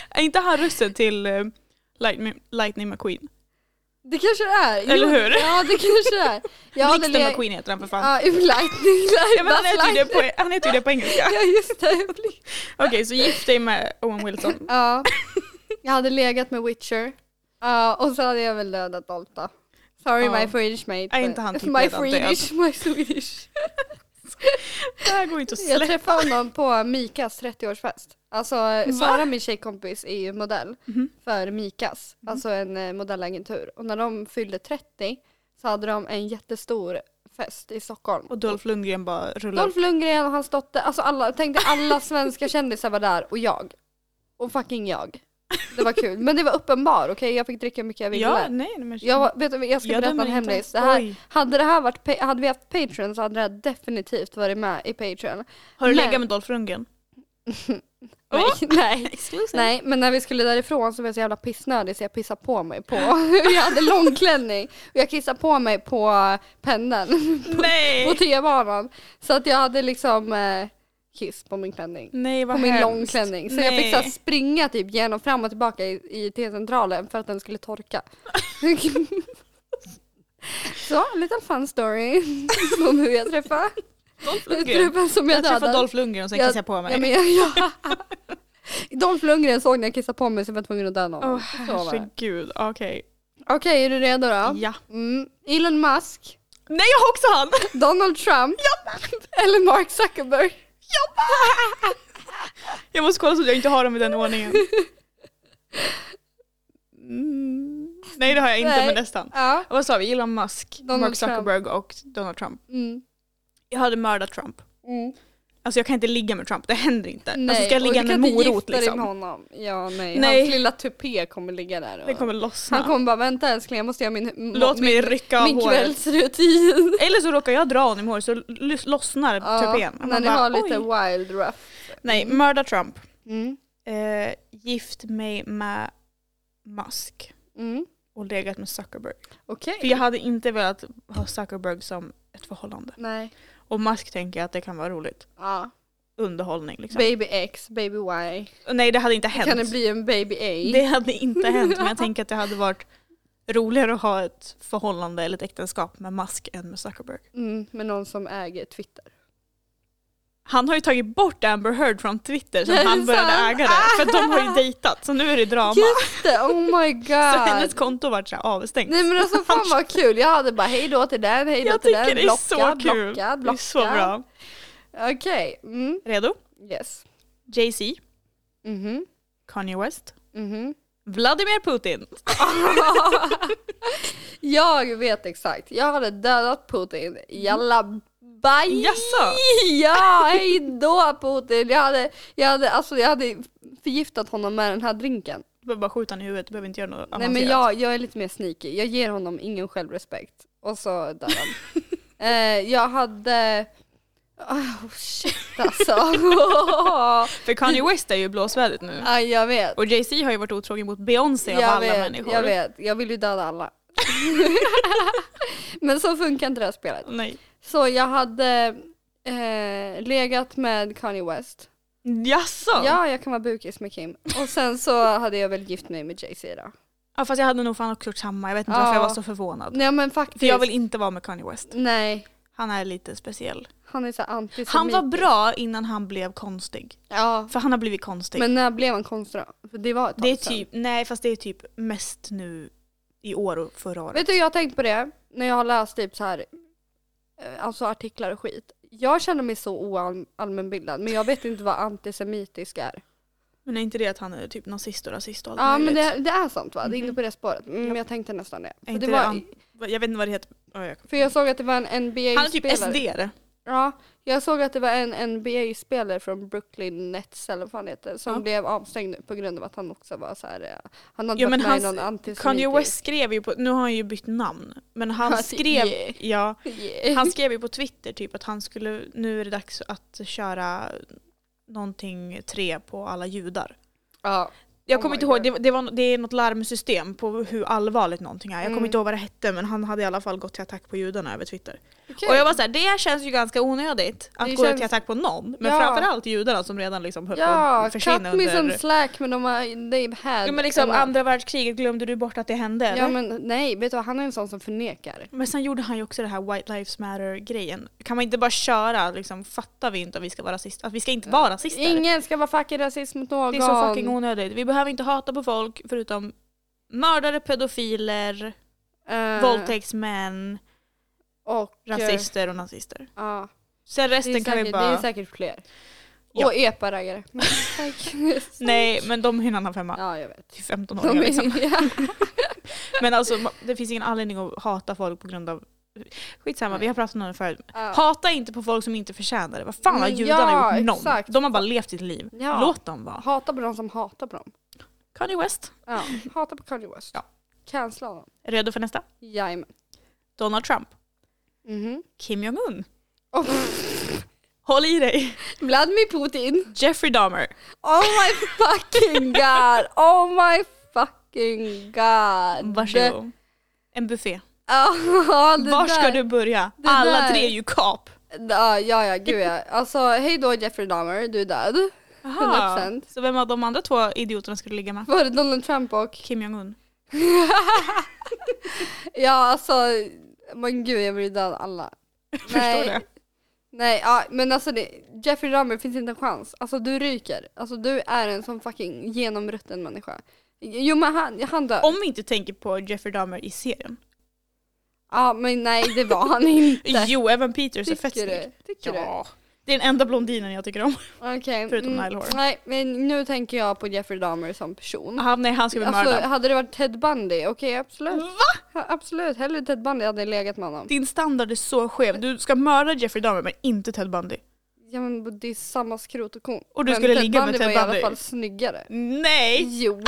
Speaker 2: Är inte han rösten till eh, Lightning, Lightning McQueen?
Speaker 1: Det kanske det är. Jo,
Speaker 2: Eller hur?
Speaker 1: Ja, det kanske det är. Jag hade
Speaker 2: Blixten
Speaker 1: le-
Speaker 2: McQueen heter han för fan.
Speaker 1: Ja, i lightning.
Speaker 2: ja, men han, heter ju det på, han heter ju det på engelska.
Speaker 1: Ja, just det. Bli-
Speaker 2: Okej, så gift dig med Owen Wilson.
Speaker 1: Ja. Jag hade legat med Witcher. Ja, och så hade jag väl dödat Dolph då. Sorry
Speaker 2: Ja.
Speaker 1: my Swedish mate.
Speaker 2: Är inte han typ
Speaker 1: My
Speaker 2: redan död?
Speaker 1: Swedish, my Swedish.
Speaker 2: Det här går inte att
Speaker 1: Jag
Speaker 2: släppa.
Speaker 1: träffade honom på Mikas 30-årsfest. Alltså Sara, min tjejkompis, är ju modell
Speaker 2: Mhm.
Speaker 1: för Mikas, alltså en eh, modellagentur. Och när de fyllde 30 så hade de en jättestor fest i Stockholm.
Speaker 2: Och Dolph Lundgren bara rullar.
Speaker 1: Dolph Lundgren och hans dotter, alltså alla, tänk dig alla svenska kändisar var där och jag. Och fucking jag. Det var kul. Men det var uppenbar, okej? Jag fick dricka hur mycket jag ville.
Speaker 2: Ja, nej, nej, men...
Speaker 1: Jag, var- vet, du, jag ska
Speaker 2: Jag
Speaker 1: berätta
Speaker 2: dömer
Speaker 1: en
Speaker 2: inte.
Speaker 1: hemlis. Det här,
Speaker 2: Oj.
Speaker 1: hade, det här varit, pa- hade vi haft Patreon så hade det här definitivt varit med i Patreon.
Speaker 2: Har du
Speaker 1: Men-
Speaker 2: legat med Dolph Lundgren?
Speaker 1: Nej,
Speaker 2: Åh!
Speaker 1: nej.
Speaker 2: Exclusive.
Speaker 1: Nej, men när vi skulle därifrån så var jag så jävla pissnödig så jag pissade på mig på, jag hade långklänning och jag kissade på mig på pendeln på typ-
Speaker 2: Nej.
Speaker 1: T-banan. Så att jag hade liksom eh, kiss på min klänning.
Speaker 2: Nej, vad
Speaker 1: På min
Speaker 2: hemskt.
Speaker 1: långklänning. Så jag fick
Speaker 2: Nej.
Speaker 1: så här, springa typ genom fram och tillbaka i, i T-centralen för att den skulle torka. så, en liten fun story om hur jag träffade
Speaker 2: Dolph Lundgren.
Speaker 1: truppen som jag,
Speaker 2: Jag träffade
Speaker 1: dödade.
Speaker 2: Dolph Lundgren och sen kissade jag på mig.
Speaker 1: Ja, men jag, ja. Dolph Lundgren såg när jag kissade på mig så jag var tvungen att döda
Speaker 2: Åh
Speaker 1: honom. Så var det.
Speaker 2: herregud, okej.
Speaker 1: Okej, är du redo då?
Speaker 2: Ja.
Speaker 1: Mm. Elon Musk,
Speaker 2: Nej jag har också han!
Speaker 1: Donald Trump eller Mark Zuckerberg.
Speaker 2: Jag måste kolla så att jag inte har dem i den ordningen. Mm. Nej det har jag inte
Speaker 1: Nej.
Speaker 2: men nästan.
Speaker 1: Ja.
Speaker 2: Vad sa vi? Elon Musk,
Speaker 1: Donald
Speaker 2: Mark Zuckerberg och Donald Trump.
Speaker 1: Mm.
Speaker 2: Jag hade mördat Trump.
Speaker 1: Mm.
Speaker 2: Alltså jag kan inte ligga med Trump, det händer inte.
Speaker 1: Nej,
Speaker 2: alltså ska jag
Speaker 1: och
Speaker 2: ligga
Speaker 1: du
Speaker 2: med
Speaker 1: kan inte
Speaker 2: morot
Speaker 1: gifta dig Med
Speaker 2: liksom?
Speaker 1: honom. Ja, nej.
Speaker 2: Nej.
Speaker 1: Hans lilla tupé kommer ligga där.
Speaker 2: Det
Speaker 1: Och...
Speaker 2: kommer lossna.
Speaker 1: Han kommer bara, vänta älskling jag måste göra min, m-
Speaker 2: Låt mig rycka av
Speaker 1: min
Speaker 2: håret.
Speaker 1: kvällsrutin.
Speaker 2: Eller så råkar jag dra honom i håret så l- lossnar tupén.
Speaker 1: när
Speaker 2: Och man
Speaker 1: ni
Speaker 2: bara,
Speaker 1: har lite
Speaker 2: oj.
Speaker 1: wild rough.
Speaker 2: Nej, mörda Trump.
Speaker 1: Mm.
Speaker 2: Eh, gift mig med Musk
Speaker 1: Mm.
Speaker 2: och legat med Zuckerberg.
Speaker 1: Okej.
Speaker 2: För jag hade inte velat ha Zuckerberg som ett förhållande.
Speaker 1: Nej.
Speaker 2: Och Musk tänker jag att det kan vara roligt.
Speaker 1: Ja.
Speaker 2: Underhållning liksom.
Speaker 1: Baby X, baby Y.
Speaker 2: Nej det hade inte hänt.
Speaker 1: Kan det bli en baby A?
Speaker 2: Det hade inte hänt men jag tänker att det hade varit roligare att ha ett förhållande eller ett äktenskap med Musk än med Zuckerberg.
Speaker 1: Mm, med någon som äger Twitter.
Speaker 2: Han har ju tagit bort Amber Heard från Twitter
Speaker 1: Är
Speaker 2: sen
Speaker 1: det
Speaker 2: han började
Speaker 1: sant?
Speaker 2: äga det. För att de har ju dejtat så nu är det drama.
Speaker 1: Just det, oh my
Speaker 2: Så hennes
Speaker 1: god.
Speaker 2: konto vart så här avstängt.
Speaker 1: Nej men alltså fan vad kul, jag hade bara hej då till den, hej då
Speaker 2: jag
Speaker 1: till
Speaker 2: tycker
Speaker 1: den,
Speaker 2: det är
Speaker 1: blocka,
Speaker 2: så kul.
Speaker 1: blocka,
Speaker 2: Det är
Speaker 1: blocka.
Speaker 2: så bra.
Speaker 1: Okej, mm,
Speaker 2: Redo?
Speaker 1: yes.
Speaker 2: Jay-Z, Mm-hmm.
Speaker 1: Mhm,
Speaker 2: Kanye West, Mm-hmm.
Speaker 1: mhm.
Speaker 2: Vladimir Putin.
Speaker 1: jag vet exakt, jag hade dödat Putin, jalla baj!
Speaker 2: Jaså?
Speaker 1: Ja, hej då Putin! Jag hade, jag, hade, alltså, jag hade förgiftat honom med den här drinken.
Speaker 2: Du behöver bara skjuta honom i huvudet, du behöver inte göra något
Speaker 1: Nej
Speaker 2: avancerat.
Speaker 1: men jag, jag är lite mer sneaky, jag ger honom ingen självrespekt. Och så dör han. eh, jag hade... Oh, shit alltså.
Speaker 2: För Kanye West är ju i blåsvädret nu.
Speaker 1: ja, jag vet.
Speaker 2: Och Jay-Z har ju varit otrogen mot Beyoncé av
Speaker 1: Jag
Speaker 2: alla
Speaker 1: vet,
Speaker 2: människor.
Speaker 1: jag vet, jag vill ju döda alla. men så funkar inte det här spelet.
Speaker 2: Nej.
Speaker 1: Så jag hade eh, legat med Kanye West.
Speaker 2: Jaså? Ja.
Speaker 1: Ja, jag kan vara bukis med Kim. Och sen så hade jag väl gift mig med Jay-Z då.
Speaker 2: fast jag hade nog fan också gjort samma. Jag vet inte
Speaker 1: Ja.
Speaker 2: varför jag var så förvånad.
Speaker 1: Nej men faktiskt.
Speaker 2: För jag vill inte vara med Kanye West.
Speaker 1: Nej.
Speaker 2: Han är lite speciell.
Speaker 1: Han är så här antisemitisk.
Speaker 2: Han var bra innan han blev konstig.
Speaker 1: Ja.
Speaker 2: För han har blivit konstig.
Speaker 1: Men när blev han konstig då? För det var ett tag
Speaker 2: det är
Speaker 1: sedan.
Speaker 2: typ, nej fast det är typ mest nu i år och förra året.
Speaker 1: Vet du, jag har tänkt på det när jag har läst typ så här, eh, alltså artiklar och skit. Jag känner mig så oallmänbildad men jag vet inte vad antisemitisk är.
Speaker 2: Men är inte det att han är typ nazist och rasist och allt
Speaker 1: Ja men
Speaker 2: möjligt?
Speaker 1: det, det är sant va? Det är inne
Speaker 2: Mhm.
Speaker 1: på det spåret. Mm, Jag tänkte nästan det.
Speaker 2: Är
Speaker 1: För, det
Speaker 2: inte
Speaker 1: var,
Speaker 2: an- Jag vet inte vad det heter. Ja, jag-
Speaker 1: för jag såg att det var en
Speaker 2: Han är typ
Speaker 1: NBA-spelare.
Speaker 2: SD-are.
Speaker 1: Ja, jag såg att det var en NBA-spelare från Brooklyn Nets eller vad fan heter som
Speaker 2: Ja.
Speaker 1: blev avstängd nu på grund av att han också var så här. eh, Han hade
Speaker 2: Ja, men
Speaker 1: varit med i
Speaker 2: hans-
Speaker 1: någon antisemitisk...
Speaker 2: Kanye West skrev ju på, nu har han ju bytt namn, men han skrev,
Speaker 1: Yeah.
Speaker 2: ja,
Speaker 1: Yeah.
Speaker 2: han skrev ju på Twitter typ att han skulle, nu är det dags att köra någonting tre på alla judar.
Speaker 1: Ja.
Speaker 2: Jag
Speaker 1: Oh my
Speaker 2: kommer inte ihåg,
Speaker 1: God.
Speaker 2: det, det, var, det är något larmsystem på hur allvarligt någonting är. Jag
Speaker 1: Mm.
Speaker 2: kommer inte ihåg vad det hette men han hade i alla fall gått till attack på judarna över Twitter.
Speaker 1: Okej.
Speaker 2: Och jag var såhär, det känns ju ganska onödigt att
Speaker 1: Det
Speaker 2: gå
Speaker 1: känns-
Speaker 2: till attack på någon. Men
Speaker 1: Ja.
Speaker 2: framförallt judarna som redan liksom höll på
Speaker 1: Ja,
Speaker 2: att
Speaker 1: cut
Speaker 2: försvinna
Speaker 1: me some
Speaker 2: under...
Speaker 1: slack men de har, they've had
Speaker 2: Ja, men liksom,
Speaker 1: enough.
Speaker 2: andra världskriget, glömde du bort att det hände? eller?
Speaker 1: Ja men nej, vet du vad, han är en sån som förnekar.
Speaker 2: Men sen gjorde han ju också det här White Lives Matter-grejen. Kan man inte bara köra, liksom, fattar vi inte att vi ska vara rasister? Att vi ska inte vara rasister?
Speaker 1: Ingen ska vara fucking rasist mot någon.
Speaker 2: Det är så fucking onödigt. Vi behöver inte hata på folk förutom mördare, pedofiler,
Speaker 1: Eh,
Speaker 2: våldtäktsmän,
Speaker 1: och
Speaker 2: rasister och nazister.
Speaker 1: eh, Ja,
Speaker 2: Sen
Speaker 1: det, är
Speaker 2: resten kan vi
Speaker 1: säkert, det är
Speaker 2: bara...
Speaker 1: säkert fler.
Speaker 2: Ja.
Speaker 1: Och epa-raggare. Men tack.
Speaker 2: Nej, men de är en annan femma.
Speaker 1: ja, jag vet.
Speaker 2: Till 15 år
Speaker 1: De är,
Speaker 2: liksom.
Speaker 1: ja.
Speaker 2: Men alltså ma- det finns ingen anledning att hata folk på grund av... Skitsamma, vi har pratat om det förut.
Speaker 1: Ja.
Speaker 2: Hata inte på folk som inte förtjänar det. Vad fan har
Speaker 1: Mm,
Speaker 2: judarna
Speaker 1: ja,
Speaker 2: gjort någon?
Speaker 1: exakt.
Speaker 2: De har bara levt sitt liv.
Speaker 1: Ja.
Speaker 2: Låt dem vara.
Speaker 1: Hata på de som hatar på dem.
Speaker 2: Kanye West.
Speaker 1: Ja. Hata på Kanye West.
Speaker 2: Ja.
Speaker 1: Cancella honom.
Speaker 2: Redo för nästa?
Speaker 1: Jajamän.
Speaker 2: Donald Trump.
Speaker 1: Mhm.
Speaker 2: Kim Jong-Un.
Speaker 1: Och pff,
Speaker 2: Håll i dig.
Speaker 1: Vladimir Putin.
Speaker 2: Jeffrey Dahmer.
Speaker 1: Oh my fucking god. Oh my fucking god.
Speaker 2: Varsågod. En buffé.
Speaker 1: Ja, det
Speaker 2: Var ska
Speaker 1: där-
Speaker 2: du börja?
Speaker 1: det
Speaker 2: Alla
Speaker 1: där-
Speaker 2: tre är ju kap.
Speaker 1: Ja, ja, ja, gud ja. Alltså hej då Jeffrey Dahmer, du är död.
Speaker 2: Aha.
Speaker 1: 100%.
Speaker 2: Så vem av de andra två idioterna skulle ligga med?
Speaker 1: Var det Donald Trump och...
Speaker 2: Kim Jong-Un.
Speaker 1: Ja, alltså, men gud jag vill döda alla.
Speaker 2: Förstår det.
Speaker 1: Nej, ja, men alltså det, Jeffrey Dahmer finns inte en chans. Alltså du ryker. Alltså du är en sån fucking genomrutten människa. Jo men han, han dör.
Speaker 2: Om vi inte tänker på Jeffrey Dahmer i serien.
Speaker 1: Ja men nej det var han inte.
Speaker 2: Jo, Evan Peters är fett
Speaker 1: Tycker
Speaker 2: snygg.
Speaker 1: du? Tycker du?
Speaker 2: Ja. Det är den enda blondinen jag tycker om.
Speaker 1: Okej. mm,
Speaker 2: Förutom Nile Horan.
Speaker 1: Nej men nu tänker jag på Jeffrey Dahmer som person.
Speaker 2: Han, nej, han Ah, ska bli
Speaker 1: Alltså
Speaker 2: mördad.
Speaker 1: hade det varit Ted Bundy, okej absolut.
Speaker 2: Va?
Speaker 1: Ja, absolut, hellre Ted Bundy hade legat med honom.
Speaker 2: Din standard är så skev. Du ska mörda Jeffrey Dahmer men inte Ted Bundy.
Speaker 1: Ja men det är samma skrot och korn.
Speaker 2: Och du
Speaker 1: Men
Speaker 2: skulle ligga med Ted
Speaker 1: var i
Speaker 2: Bundy?
Speaker 1: alla fall snyggare.
Speaker 2: Nej!
Speaker 1: Jo.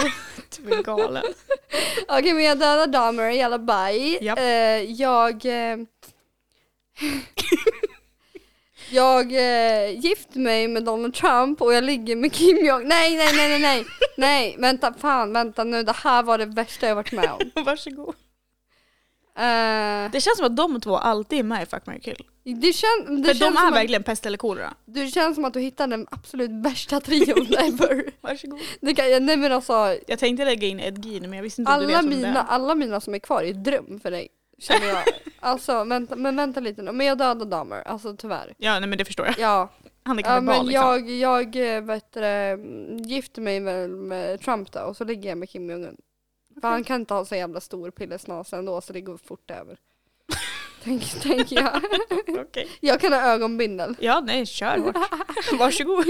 Speaker 2: Du är galen.
Speaker 1: Okej men jag dödar damer, jävla baj.
Speaker 2: Japp.
Speaker 1: Eh, jag... Eh, jag eh, gift mig med Donald Trump och jag ligger med Kim Jong... Nej, nej, nej, nej, nej. Nej, vänta, fan, vänta nu. Det här var det värsta jag varit med om.
Speaker 2: Varsågod.
Speaker 1: Eh,
Speaker 2: Det känns som att de två alltid är med i Fuck, marry, kill.
Speaker 1: det, kän, det,
Speaker 2: För de
Speaker 1: känns
Speaker 2: är
Speaker 1: som att,
Speaker 2: verkligen pest eller kolera.
Speaker 1: det känns som att du hittade den absolut värsta trion ever.
Speaker 2: Varsågod.
Speaker 1: Det kan, jag- nej men alltså,
Speaker 2: Jag tänkte lägga in Ed Gein men jag visste inte om du
Speaker 1: Alla
Speaker 2: vet vem det
Speaker 1: mina,
Speaker 2: är.
Speaker 1: alla mina som är kvar är ett dröm för dig. Känner jag. Alltså vänta, men vänta lite nu. Men jag dödar damer, alltså tyvärr.
Speaker 2: Ja, nej men det förstår jag.
Speaker 1: Ja,
Speaker 2: Han är
Speaker 1: ja
Speaker 2: kannibal
Speaker 1: men
Speaker 2: liksom.
Speaker 1: jag, jag eh, vet du, det, gifter mig väl med Trump då och så ligger jag med Kim Jong-Un. För han kan inte ha så jävla stor pillesnas ändå så det går fort över. Tänk, tänker jag.
Speaker 2: Okej.
Speaker 1: Jag kan ha ögonbindel.
Speaker 2: Ja, nej, kör hårt. Varsågod.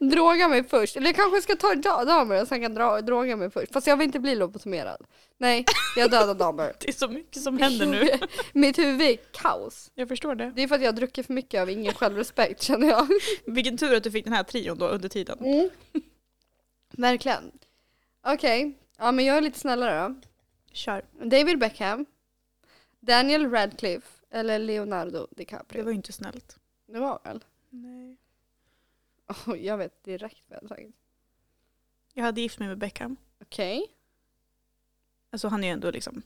Speaker 1: Droga mig först. Eller jag kanske ska ta da- damer och sen kan dra, droga mig först. Fast jag vill inte bli lobotomerad. Nej, jag dödar damer.
Speaker 2: Det är så mycket som händer nu.
Speaker 1: Mitt huvud är kaos.
Speaker 2: Jag förstår det.
Speaker 1: Det är för att jag har druckit för mycket av ingen självrespekt känner jag.
Speaker 2: Vilken tur att du fick den här trion då under tiden.
Speaker 1: Verkligen. Okej, ja men jag är lite snällare
Speaker 2: Kör.
Speaker 1: då. David Beckham, Daniel Radcliffe eller Leonardo
Speaker 2: Det
Speaker 1: DiCaprio.
Speaker 2: var ju inte snällt.
Speaker 1: Det var väl?
Speaker 2: Nej.
Speaker 1: Åh, jag vet direkt vad jag har sagt.
Speaker 2: Jag hade gift mig med Beckham.
Speaker 1: Okej.
Speaker 2: Alltså han är ju ändå liksom,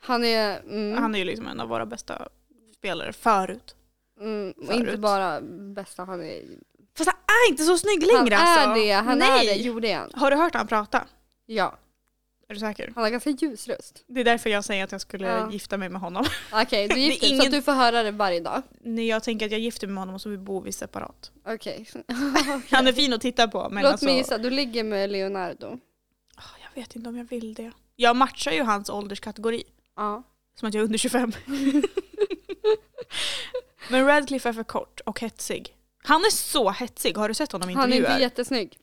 Speaker 1: Han är... Mm,
Speaker 2: han är ju liksom en av våra bästa spelare förut.
Speaker 1: mm, och
Speaker 2: förut.
Speaker 1: inte bara bästa, han är...
Speaker 2: Fast han är inte så snygg längre
Speaker 1: han är
Speaker 2: alltså.
Speaker 1: det, han
Speaker 2: Nej.
Speaker 1: är det. Jo det är han.
Speaker 2: Har du hört han prata?
Speaker 1: Ja.
Speaker 2: Är du säker?
Speaker 1: Han har ganska ljus röst.
Speaker 2: Det är därför jag säger att jag skulle
Speaker 1: Ja.
Speaker 2: gifta mig med honom.
Speaker 1: Okej, du
Speaker 2: är
Speaker 1: är gift nu, så
Speaker 2: ingen-
Speaker 1: att du får höra det varje dag.
Speaker 2: Nej, jag tänker att jag gifter mig med honom och så vi bor vi separat.
Speaker 1: Okej.
Speaker 2: Han är fin att titta på men
Speaker 1: Låt
Speaker 2: alltså,
Speaker 1: mig gissa, du ligger med Leonardo.
Speaker 2: Ah, jag vet inte om jag vill det. Jag matchar ju hans ålderskategori.
Speaker 1: Ja.
Speaker 2: Som att jag är under 25. men Radcliffe är för kort och hetsig. Han är så hetsig, har du sett honom i
Speaker 1: Han är
Speaker 2: intervjuer?
Speaker 1: inte jättesnygg.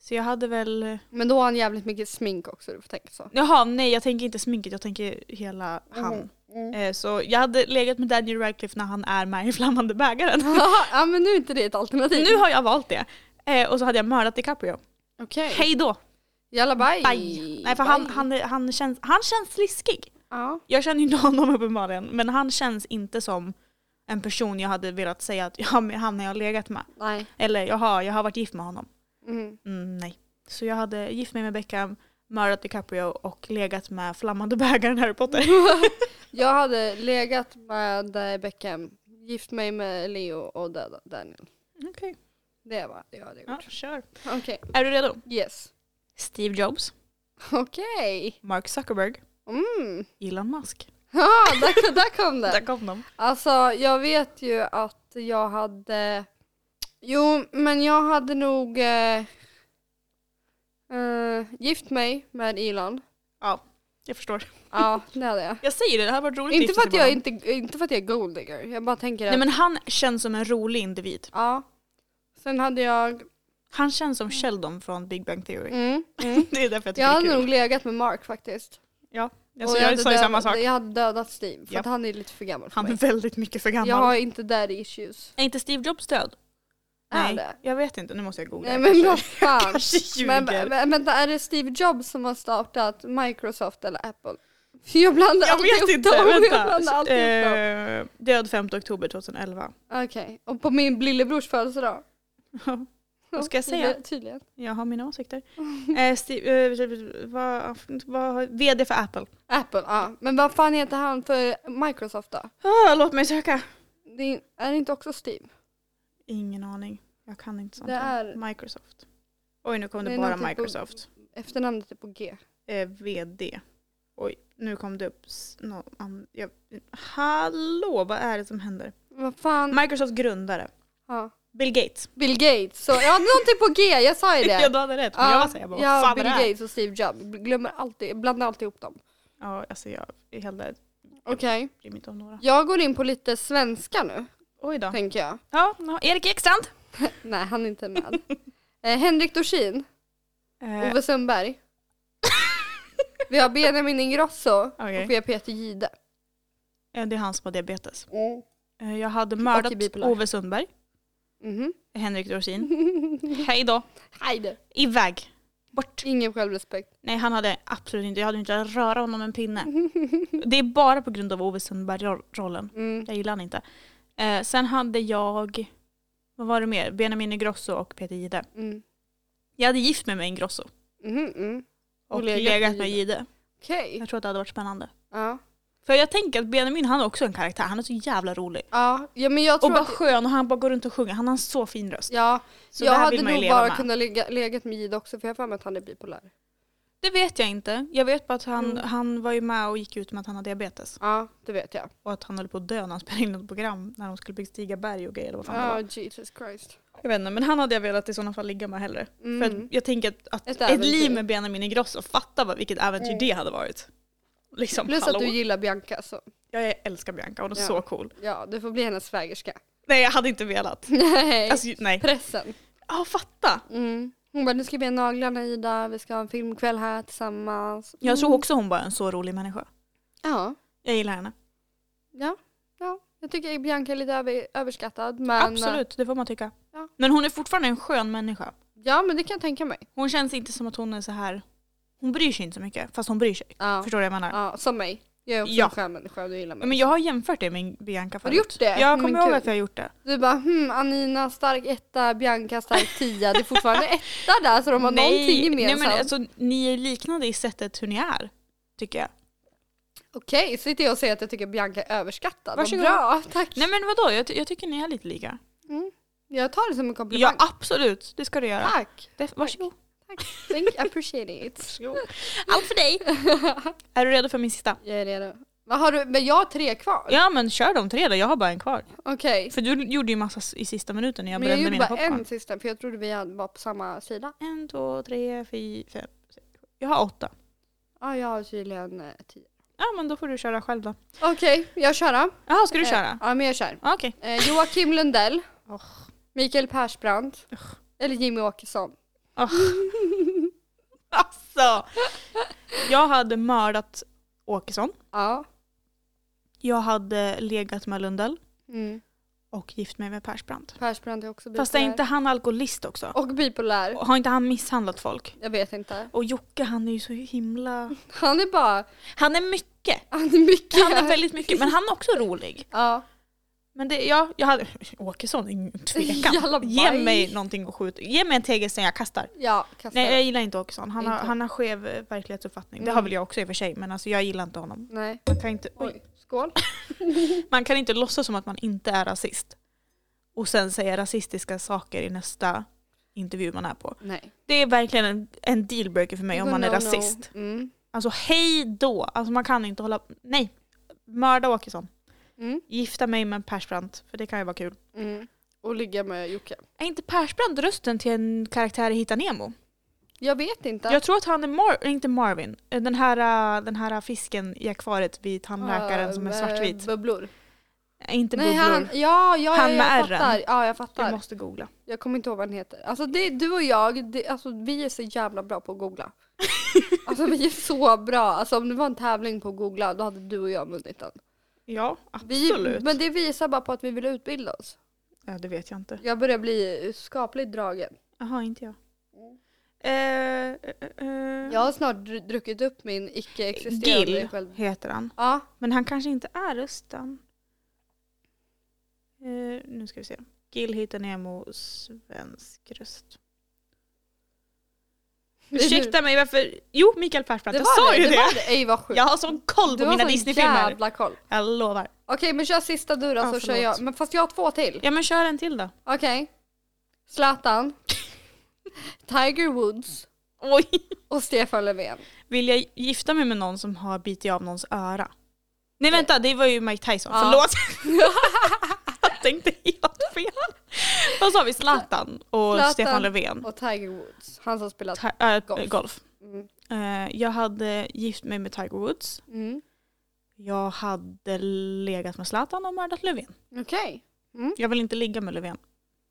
Speaker 2: Så jag hade väl...
Speaker 1: Men då har han jävligt mycket smink också, du får tänka så.
Speaker 2: Jaha, nej jag tänker inte sminket, jag tänker hela han.
Speaker 1: Mm. Mm.
Speaker 2: Eh, Så jag hade legat med Daniel Radcliffe när han är med i Flammande bägaren.
Speaker 1: ja men nu är inte det ett alternativ.
Speaker 2: nu har jag valt det. Eh, Och så hade jag mördat DiCaprio.
Speaker 1: Okej.
Speaker 2: Hej då!
Speaker 1: Jalla bye.
Speaker 2: Bye. Nej för han,
Speaker 1: Bye.
Speaker 2: han, han, känns, han känns sliskig.
Speaker 1: Ja.
Speaker 2: Jag känner ju inte honom uppenbarligen men han känns inte som en person jag hade velat säga att ja, men han har jag legat med.
Speaker 1: Nej.
Speaker 2: Eller jaha, jag har varit gift med honom.
Speaker 1: Mm.
Speaker 2: Mm, nej. Så jag hade gift mig med Beckham, mördat DiCaprio och legat med Flammande bägaren Harry Potter.
Speaker 1: Jag hade legat med eh, Beckham, gift mig med Leo och dödat Daniel.
Speaker 2: Okej,
Speaker 1: Det var det jag hade
Speaker 2: ja,
Speaker 1: gjort.
Speaker 2: kör.
Speaker 1: Okej.
Speaker 2: Är du redo?
Speaker 1: Yes.
Speaker 2: Steve Jobs,
Speaker 1: Okej.
Speaker 2: Mark Zuckerberg,
Speaker 1: Mm.
Speaker 2: Elon Musk.
Speaker 1: Ja, där, där kom den.
Speaker 2: Där kom de.
Speaker 1: Alltså jag vet ju att jag hade, jo men jag hade nog eh, eh, gift mig med Elon.
Speaker 2: Ja, jag förstår.
Speaker 1: Ja det hade jag.
Speaker 2: Jag säger det, det här var roligt
Speaker 1: Inte
Speaker 2: gifta
Speaker 1: för,
Speaker 2: sig
Speaker 1: att
Speaker 2: med
Speaker 1: jag
Speaker 2: honom.
Speaker 1: inte, inte för att jag är golddigger, jag bara tänker att,
Speaker 2: Nej men han känns som en rolig individ.
Speaker 1: ja. Sen hade jag,
Speaker 2: Han känns som Sheldon från Big Bang Theory.
Speaker 1: mm, mm.
Speaker 2: Det är därför
Speaker 1: Jag
Speaker 2: jag tycker det
Speaker 1: hade
Speaker 2: är kul.
Speaker 1: nog legat med Mark faktiskt.
Speaker 2: Ja,
Speaker 1: Och
Speaker 2: alltså, jag,
Speaker 1: hade
Speaker 2: sa ju
Speaker 1: dödat-
Speaker 2: samma sak.
Speaker 1: Jag hade dödat Steve för
Speaker 2: Ja.
Speaker 1: att han är lite för gammal för
Speaker 2: Han är
Speaker 1: mig.
Speaker 2: väldigt mycket för gammal.
Speaker 1: Jag har inte daddy issues.
Speaker 2: Är inte Steve Jobs död?
Speaker 1: Är
Speaker 2: Nej,
Speaker 1: det?
Speaker 2: jag vet inte. Nu måste jag googla.
Speaker 1: Nej
Speaker 2: kanske.
Speaker 1: men vad fan.
Speaker 2: kanske
Speaker 1: Men,
Speaker 2: ljuger.
Speaker 1: men vänta, är det Steve Jobs som har startat Microsoft eller Apple? För jag blandar
Speaker 2: jag
Speaker 1: alltid
Speaker 2: vet
Speaker 1: ihop
Speaker 2: inte,
Speaker 1: dem. Jag blandar
Speaker 2: vänta.
Speaker 1: alltid ihop dem.
Speaker 2: Eh, död 5 oktober 2011.
Speaker 1: Okej, och på min lillebrors födelsedag.
Speaker 2: Vad ska jag
Speaker 1: Tydligen-
Speaker 2: säga?
Speaker 1: Tydligen.
Speaker 2: Jag har mina åsikter. Eh, Steve, eh, vad, vad, vd för Apple.
Speaker 1: Apple, ja. Men vad fan heter han för Microsoft då?
Speaker 2: Ah, låt mig söka.
Speaker 1: Det är, är det inte också Steve?
Speaker 2: Ingen aning. Jag kan inte sånt.
Speaker 1: Det
Speaker 2: här.
Speaker 1: är-
Speaker 2: Microsoft. Oj, nu kom det,
Speaker 1: Det är
Speaker 2: bara
Speaker 1: någonting på-
Speaker 2: Microsoft.
Speaker 1: Efternamnet är på G.
Speaker 2: Eh, vd. Oj, nu kom det upp. s- nå- an- jag, hallå, vad är det som händer?
Speaker 1: Vad fan?
Speaker 2: Microsofts grundare.
Speaker 1: ja.
Speaker 2: Bill Gates.
Speaker 1: Bill Gates. Så, ja, någonting på G, jag sa ju det.
Speaker 2: Ja, du hade rätt. Men jag säger bara,
Speaker 1: ja,
Speaker 2: vad fan
Speaker 1: Bill
Speaker 2: är det här?
Speaker 1: Gates och Steve Jobs. Glömmer alltid, blandar alltid ihop dem.
Speaker 2: Ja, alltså jag är helt rädd.
Speaker 1: Okej.
Speaker 2: Bryr mig inte om några.
Speaker 1: Jag går in på lite svenska nu,
Speaker 2: Oj då.
Speaker 1: tänker jag.
Speaker 2: Ja, ja, Erik Ekstrand.
Speaker 1: Nej, han är inte med. eh, Henrik Dorsin,
Speaker 2: Eh,
Speaker 1: Ove Sundberg. Vi har Benjamin Ingrosso
Speaker 2: Okej.
Speaker 1: och vi har Peter Gide.
Speaker 2: eh, det är han som har diabetes.
Speaker 1: Mm.
Speaker 2: Eh, jag hade mördat
Speaker 1: Och är bipolar.
Speaker 2: Ove Sundberg,
Speaker 1: Mhm.
Speaker 2: Henrik Dorsin. Hej då.
Speaker 1: Hej då.
Speaker 2: Iväg. Bort.
Speaker 1: Ingen självrespekt.
Speaker 2: Nej, han hade absolut inte, jag hade inte velat röra honom med en pinne. Det är bara på grund av Ove Sundberg-rollen.
Speaker 1: Mm.
Speaker 2: Jag gillar han inte. Eh, sen hade jag, vad var det mer? Benjamin Ingrosso och Peter Jihde.
Speaker 1: Mm.
Speaker 2: Jag hade gift mig med Ingrosso
Speaker 1: Mhm, mm.
Speaker 2: och,
Speaker 1: Och legat
Speaker 2: legat,
Speaker 1: med
Speaker 2: med Jihde.
Speaker 1: Okej.
Speaker 2: Jag tror att det hade varit spännande.
Speaker 1: Ja.
Speaker 2: För jag tänker att Benjamin han är också en karaktär, han är så jävla rolig.
Speaker 1: Ja. ja, men jag
Speaker 2: Och
Speaker 1: tror
Speaker 2: bara
Speaker 1: att...
Speaker 2: skön och han bara går runt och sjunger, han har en så fin röst.
Speaker 1: Ja,
Speaker 2: Så
Speaker 1: jag
Speaker 2: det här
Speaker 1: hade
Speaker 2: vill man ju
Speaker 1: nog
Speaker 2: leva
Speaker 1: bara
Speaker 2: med.
Speaker 1: kunnat ligga, legat med Gide också för jag har för mig att han är bipolär.
Speaker 2: Det vet jag inte. Jag vet bara att han,
Speaker 1: Mm.
Speaker 2: han var ju med och gick ut med att han har diabetes.
Speaker 1: Ja, det vet jag.
Speaker 2: Och att han höll på att dö när han spelade in ett program när de skulle bestiga berg och grejer. eller Vad fan det
Speaker 1: Ja,
Speaker 2: var.
Speaker 1: Jesus Christ.
Speaker 2: Jag vet inte, men han hade jag velat i sådana fall ligga med hellre.
Speaker 1: Mm.
Speaker 2: För att jag tänker att, att
Speaker 1: Ett
Speaker 2: ett,
Speaker 1: äventyr.
Speaker 2: liv med Benjamin Ingrosso, fatta vad, vilket äventyr
Speaker 1: Mm.
Speaker 2: det hade varit. Liksom,
Speaker 1: Plus
Speaker 2: hallå.
Speaker 1: att du gillar Bianca så
Speaker 2: Jag jag älskar Bianca, hon är
Speaker 1: Ja.
Speaker 2: så cool.
Speaker 1: ja, du får bli hennes svägerska.
Speaker 2: Nej jag hade inte velat.
Speaker 1: Nej,
Speaker 2: Alltså, ju- nej.
Speaker 1: pressen.
Speaker 2: Ja fatta.
Speaker 1: Mm. Hon bara, nu ska vi göra naglarna Ida, vi ska ha en filmkväll här tillsammans. Mm.
Speaker 2: Jag tror också hon bara är en så rolig människa.
Speaker 1: Ja,
Speaker 2: Jag gillar henne.
Speaker 1: ja, ja. Jag tycker Bianca är lite över, överskattad men eh,
Speaker 2: Absolut, det får man tycka.
Speaker 1: Ja.
Speaker 2: Men hon är fortfarande en skön människa.
Speaker 1: Ja men det kan jag tänka mig.
Speaker 2: Hon känns inte som att hon är så här. hon bryr sig inte så mycket, fast hon bryr sig.
Speaker 1: Ja,
Speaker 2: Förstår du vad jag menar?
Speaker 1: ja som mig. Jag är också
Speaker 2: Ja.
Speaker 1: en skön människa och du gillar mig.
Speaker 2: Men jag har jämfört det med Bianca
Speaker 1: Har
Speaker 2: förut.
Speaker 1: du gjort det?
Speaker 2: Jag
Speaker 1: Men
Speaker 2: kommer ihåg
Speaker 1: kul.
Speaker 2: att jag har gjort det.
Speaker 1: Du bara hmm, Anina stark etta, Bianca stark tia. Det är fortfarande etta där så de har någonting
Speaker 2: nej
Speaker 1: gemensamt.
Speaker 2: men alltså ni är liknande i sättet hur ni är, tycker jag.
Speaker 1: Okej, sitter jag och säger att jag tycker Bianca är överskattad.
Speaker 2: Varsågod.
Speaker 1: Vad bra, tack.
Speaker 2: Nej men vadå, jag, ty- jag tycker ni är lite lika.
Speaker 1: Jag tar det som en komplimang.
Speaker 2: Ja absolut, det ska du göra.
Speaker 1: Tack.
Speaker 2: Det, varsågod.
Speaker 1: Tack. Thank appreciate it.
Speaker 2: Jo. Allt för dig! Är du redo för min sista?
Speaker 1: Jag är redo. Vad har du? Men jag har tre kvar.
Speaker 2: Ja men kör de tre då, jag har bara en kvar.
Speaker 1: Okej.
Speaker 2: För du gjorde ju massa s- i sista minuten när jag
Speaker 1: Men jag
Speaker 2: brände
Speaker 1: gjorde
Speaker 2: mina
Speaker 1: bara
Speaker 2: popcorn.
Speaker 1: en sista för jag trodde vi hade- var på samma sida.
Speaker 2: En, två, tre, fyra, fem, sex, sju. Jag har åtta.
Speaker 1: Ja, jag har tydligen eh, tio.
Speaker 2: Ja men då får du köra själv då.
Speaker 1: Okej, jag kör då.
Speaker 2: Jaha, ska du
Speaker 1: Eh,
Speaker 2: köra?
Speaker 1: Ja, men jag kör.
Speaker 2: Ja, Okej.
Speaker 1: Eh, Joakim Lundell.
Speaker 2: Oh.
Speaker 1: Mikael Persbrandt. Eller Jimmy Åkesson.
Speaker 2: Oh. alltså! Jag hade mördat Åkesson.
Speaker 1: Ja.
Speaker 2: Jag hade legat med Lundell
Speaker 1: Mm.
Speaker 2: och gift mig med Persbrandt.
Speaker 1: Persbrandt är Oh. också bipolär.
Speaker 2: Fast är inte han alkoholist också?
Speaker 1: Och bipolär.
Speaker 2: Och Har inte han misshandlat folk?
Speaker 1: Jag vet inte.
Speaker 2: Och Jocke han är ju så himla...
Speaker 1: Han är bara...
Speaker 2: Han är mycket!
Speaker 1: Han är mycket...
Speaker 2: Han är väldigt mycket, men han är också rolig.
Speaker 1: Ja.
Speaker 2: Men det, ja, jag hade... Åkesson, ingen
Speaker 1: Jalla
Speaker 2: tvekan.
Speaker 1: baj.
Speaker 2: Ge mig någonting att skjuta. Ge mig en tegelsten jag kastar.
Speaker 1: Ja, kastar.
Speaker 2: Nej jag gillar inte Åkesson, han, Har,
Speaker 1: Inte.
Speaker 2: han har skev eh, verklighetsuppfattning. Det
Speaker 1: Mm.
Speaker 2: har väl jag också i och för sig, men alltså, jag gillar inte honom.
Speaker 1: Nej.
Speaker 2: Man kan inte, oj,
Speaker 1: Oj, skål.
Speaker 2: man kan inte låtsas som att man inte är rasist och sen säga rasistiska saker i nästa intervju man är på.
Speaker 1: Nej.
Speaker 2: Det är verkligen en, en dealbreaker för mig om
Speaker 1: Good
Speaker 2: man är
Speaker 1: no, no.
Speaker 2: rasist.
Speaker 1: Mm.
Speaker 2: Alltså hej då! Alltså man kan inte hålla... Nej! Mörda Åkesson.
Speaker 1: Mm.
Speaker 2: Gifta mig med Persbrandt, för det kan ju vara kul.
Speaker 1: Mm. Och ligga med Jocke.
Speaker 2: Är inte Persbrandt rösten till en karaktär i Hitta Nemo?
Speaker 1: Jag vet inte.
Speaker 2: Jag tror att han är Mar- inte Marvin, den här, äh, den här fisken i akvariet vid tandläkaren som är
Speaker 1: Ah,
Speaker 2: svartvit.
Speaker 1: eh, Bubblor.
Speaker 2: Nej, inte
Speaker 1: Nej,
Speaker 2: Bubblor.
Speaker 1: han, ja, ja,
Speaker 2: Han
Speaker 1: ja,
Speaker 2: med
Speaker 1: jag
Speaker 2: ärren.
Speaker 1: fattar. Ja, jag fattar.
Speaker 2: Jag måste googla.
Speaker 1: Jag kommer inte ihåg vad han heter. Alltså det, du och jag, det, alltså, vi är så jävla bra på att googla. alltså vi är så bra. Alltså om det var en tävling på att googla då hade du och jag vunnit den.
Speaker 2: Ja,
Speaker 1: Vi,
Speaker 2: absolut.
Speaker 1: men det visar bara på att vi vill utbilda oss.
Speaker 2: Ja, det vet jag inte.
Speaker 1: Jag börjar bli skapligt dragen.
Speaker 2: Jaha, inte jag.
Speaker 1: Mm.
Speaker 2: Eh, eh, eh.
Speaker 1: Jag har snart dr- druckit upp min icke-existerande
Speaker 2: Gill
Speaker 1: själv.
Speaker 2: heter han.
Speaker 1: Ja,
Speaker 2: Men han kanske inte är rösten. Eh, nu ska vi se. Gil hittar Nemo, svensk röst. Ursäkta mig varför... Jo, Mikael Persbrandt, jag sa ju
Speaker 1: det.
Speaker 2: det!
Speaker 1: var det. Ej vad sjukt.
Speaker 2: Jag har sån koll
Speaker 1: du
Speaker 2: på
Speaker 1: har
Speaker 2: mina
Speaker 1: sån
Speaker 2: Disney-filmer.
Speaker 1: jävla koll.
Speaker 2: Jag lovar.
Speaker 1: Okej men kör sista du då
Speaker 2: Ja,
Speaker 1: så kör
Speaker 2: förlåt.
Speaker 1: jag. Men fast jag har två till.
Speaker 2: Ja men kör en till då.
Speaker 1: Okej. Zlatan. Tiger Woods.
Speaker 2: Oj!
Speaker 1: Och Stefan Löfven.
Speaker 2: Vill jag gifta mig med någon som har bitit av någons öra? Nej
Speaker 1: Eh.
Speaker 2: vänta, det var ju Mike Tyson.
Speaker 1: Ja.
Speaker 2: Förlåt! jag tänkte helt fel. Vad sa vi? Zlatan och
Speaker 1: Zlatan
Speaker 2: Stefan Löfven.
Speaker 1: Och Tiger Woods. Han som spelat.
Speaker 2: Ta- äh,
Speaker 1: golf.
Speaker 2: golf.
Speaker 1: Mm.
Speaker 2: Eh, jag hade gift mig med Tiger Woods.
Speaker 1: Mm.
Speaker 2: Jag hade legat med Zlatan och mördat Löfven.
Speaker 1: Okej.
Speaker 2: Jag vill inte ligga med Löfven.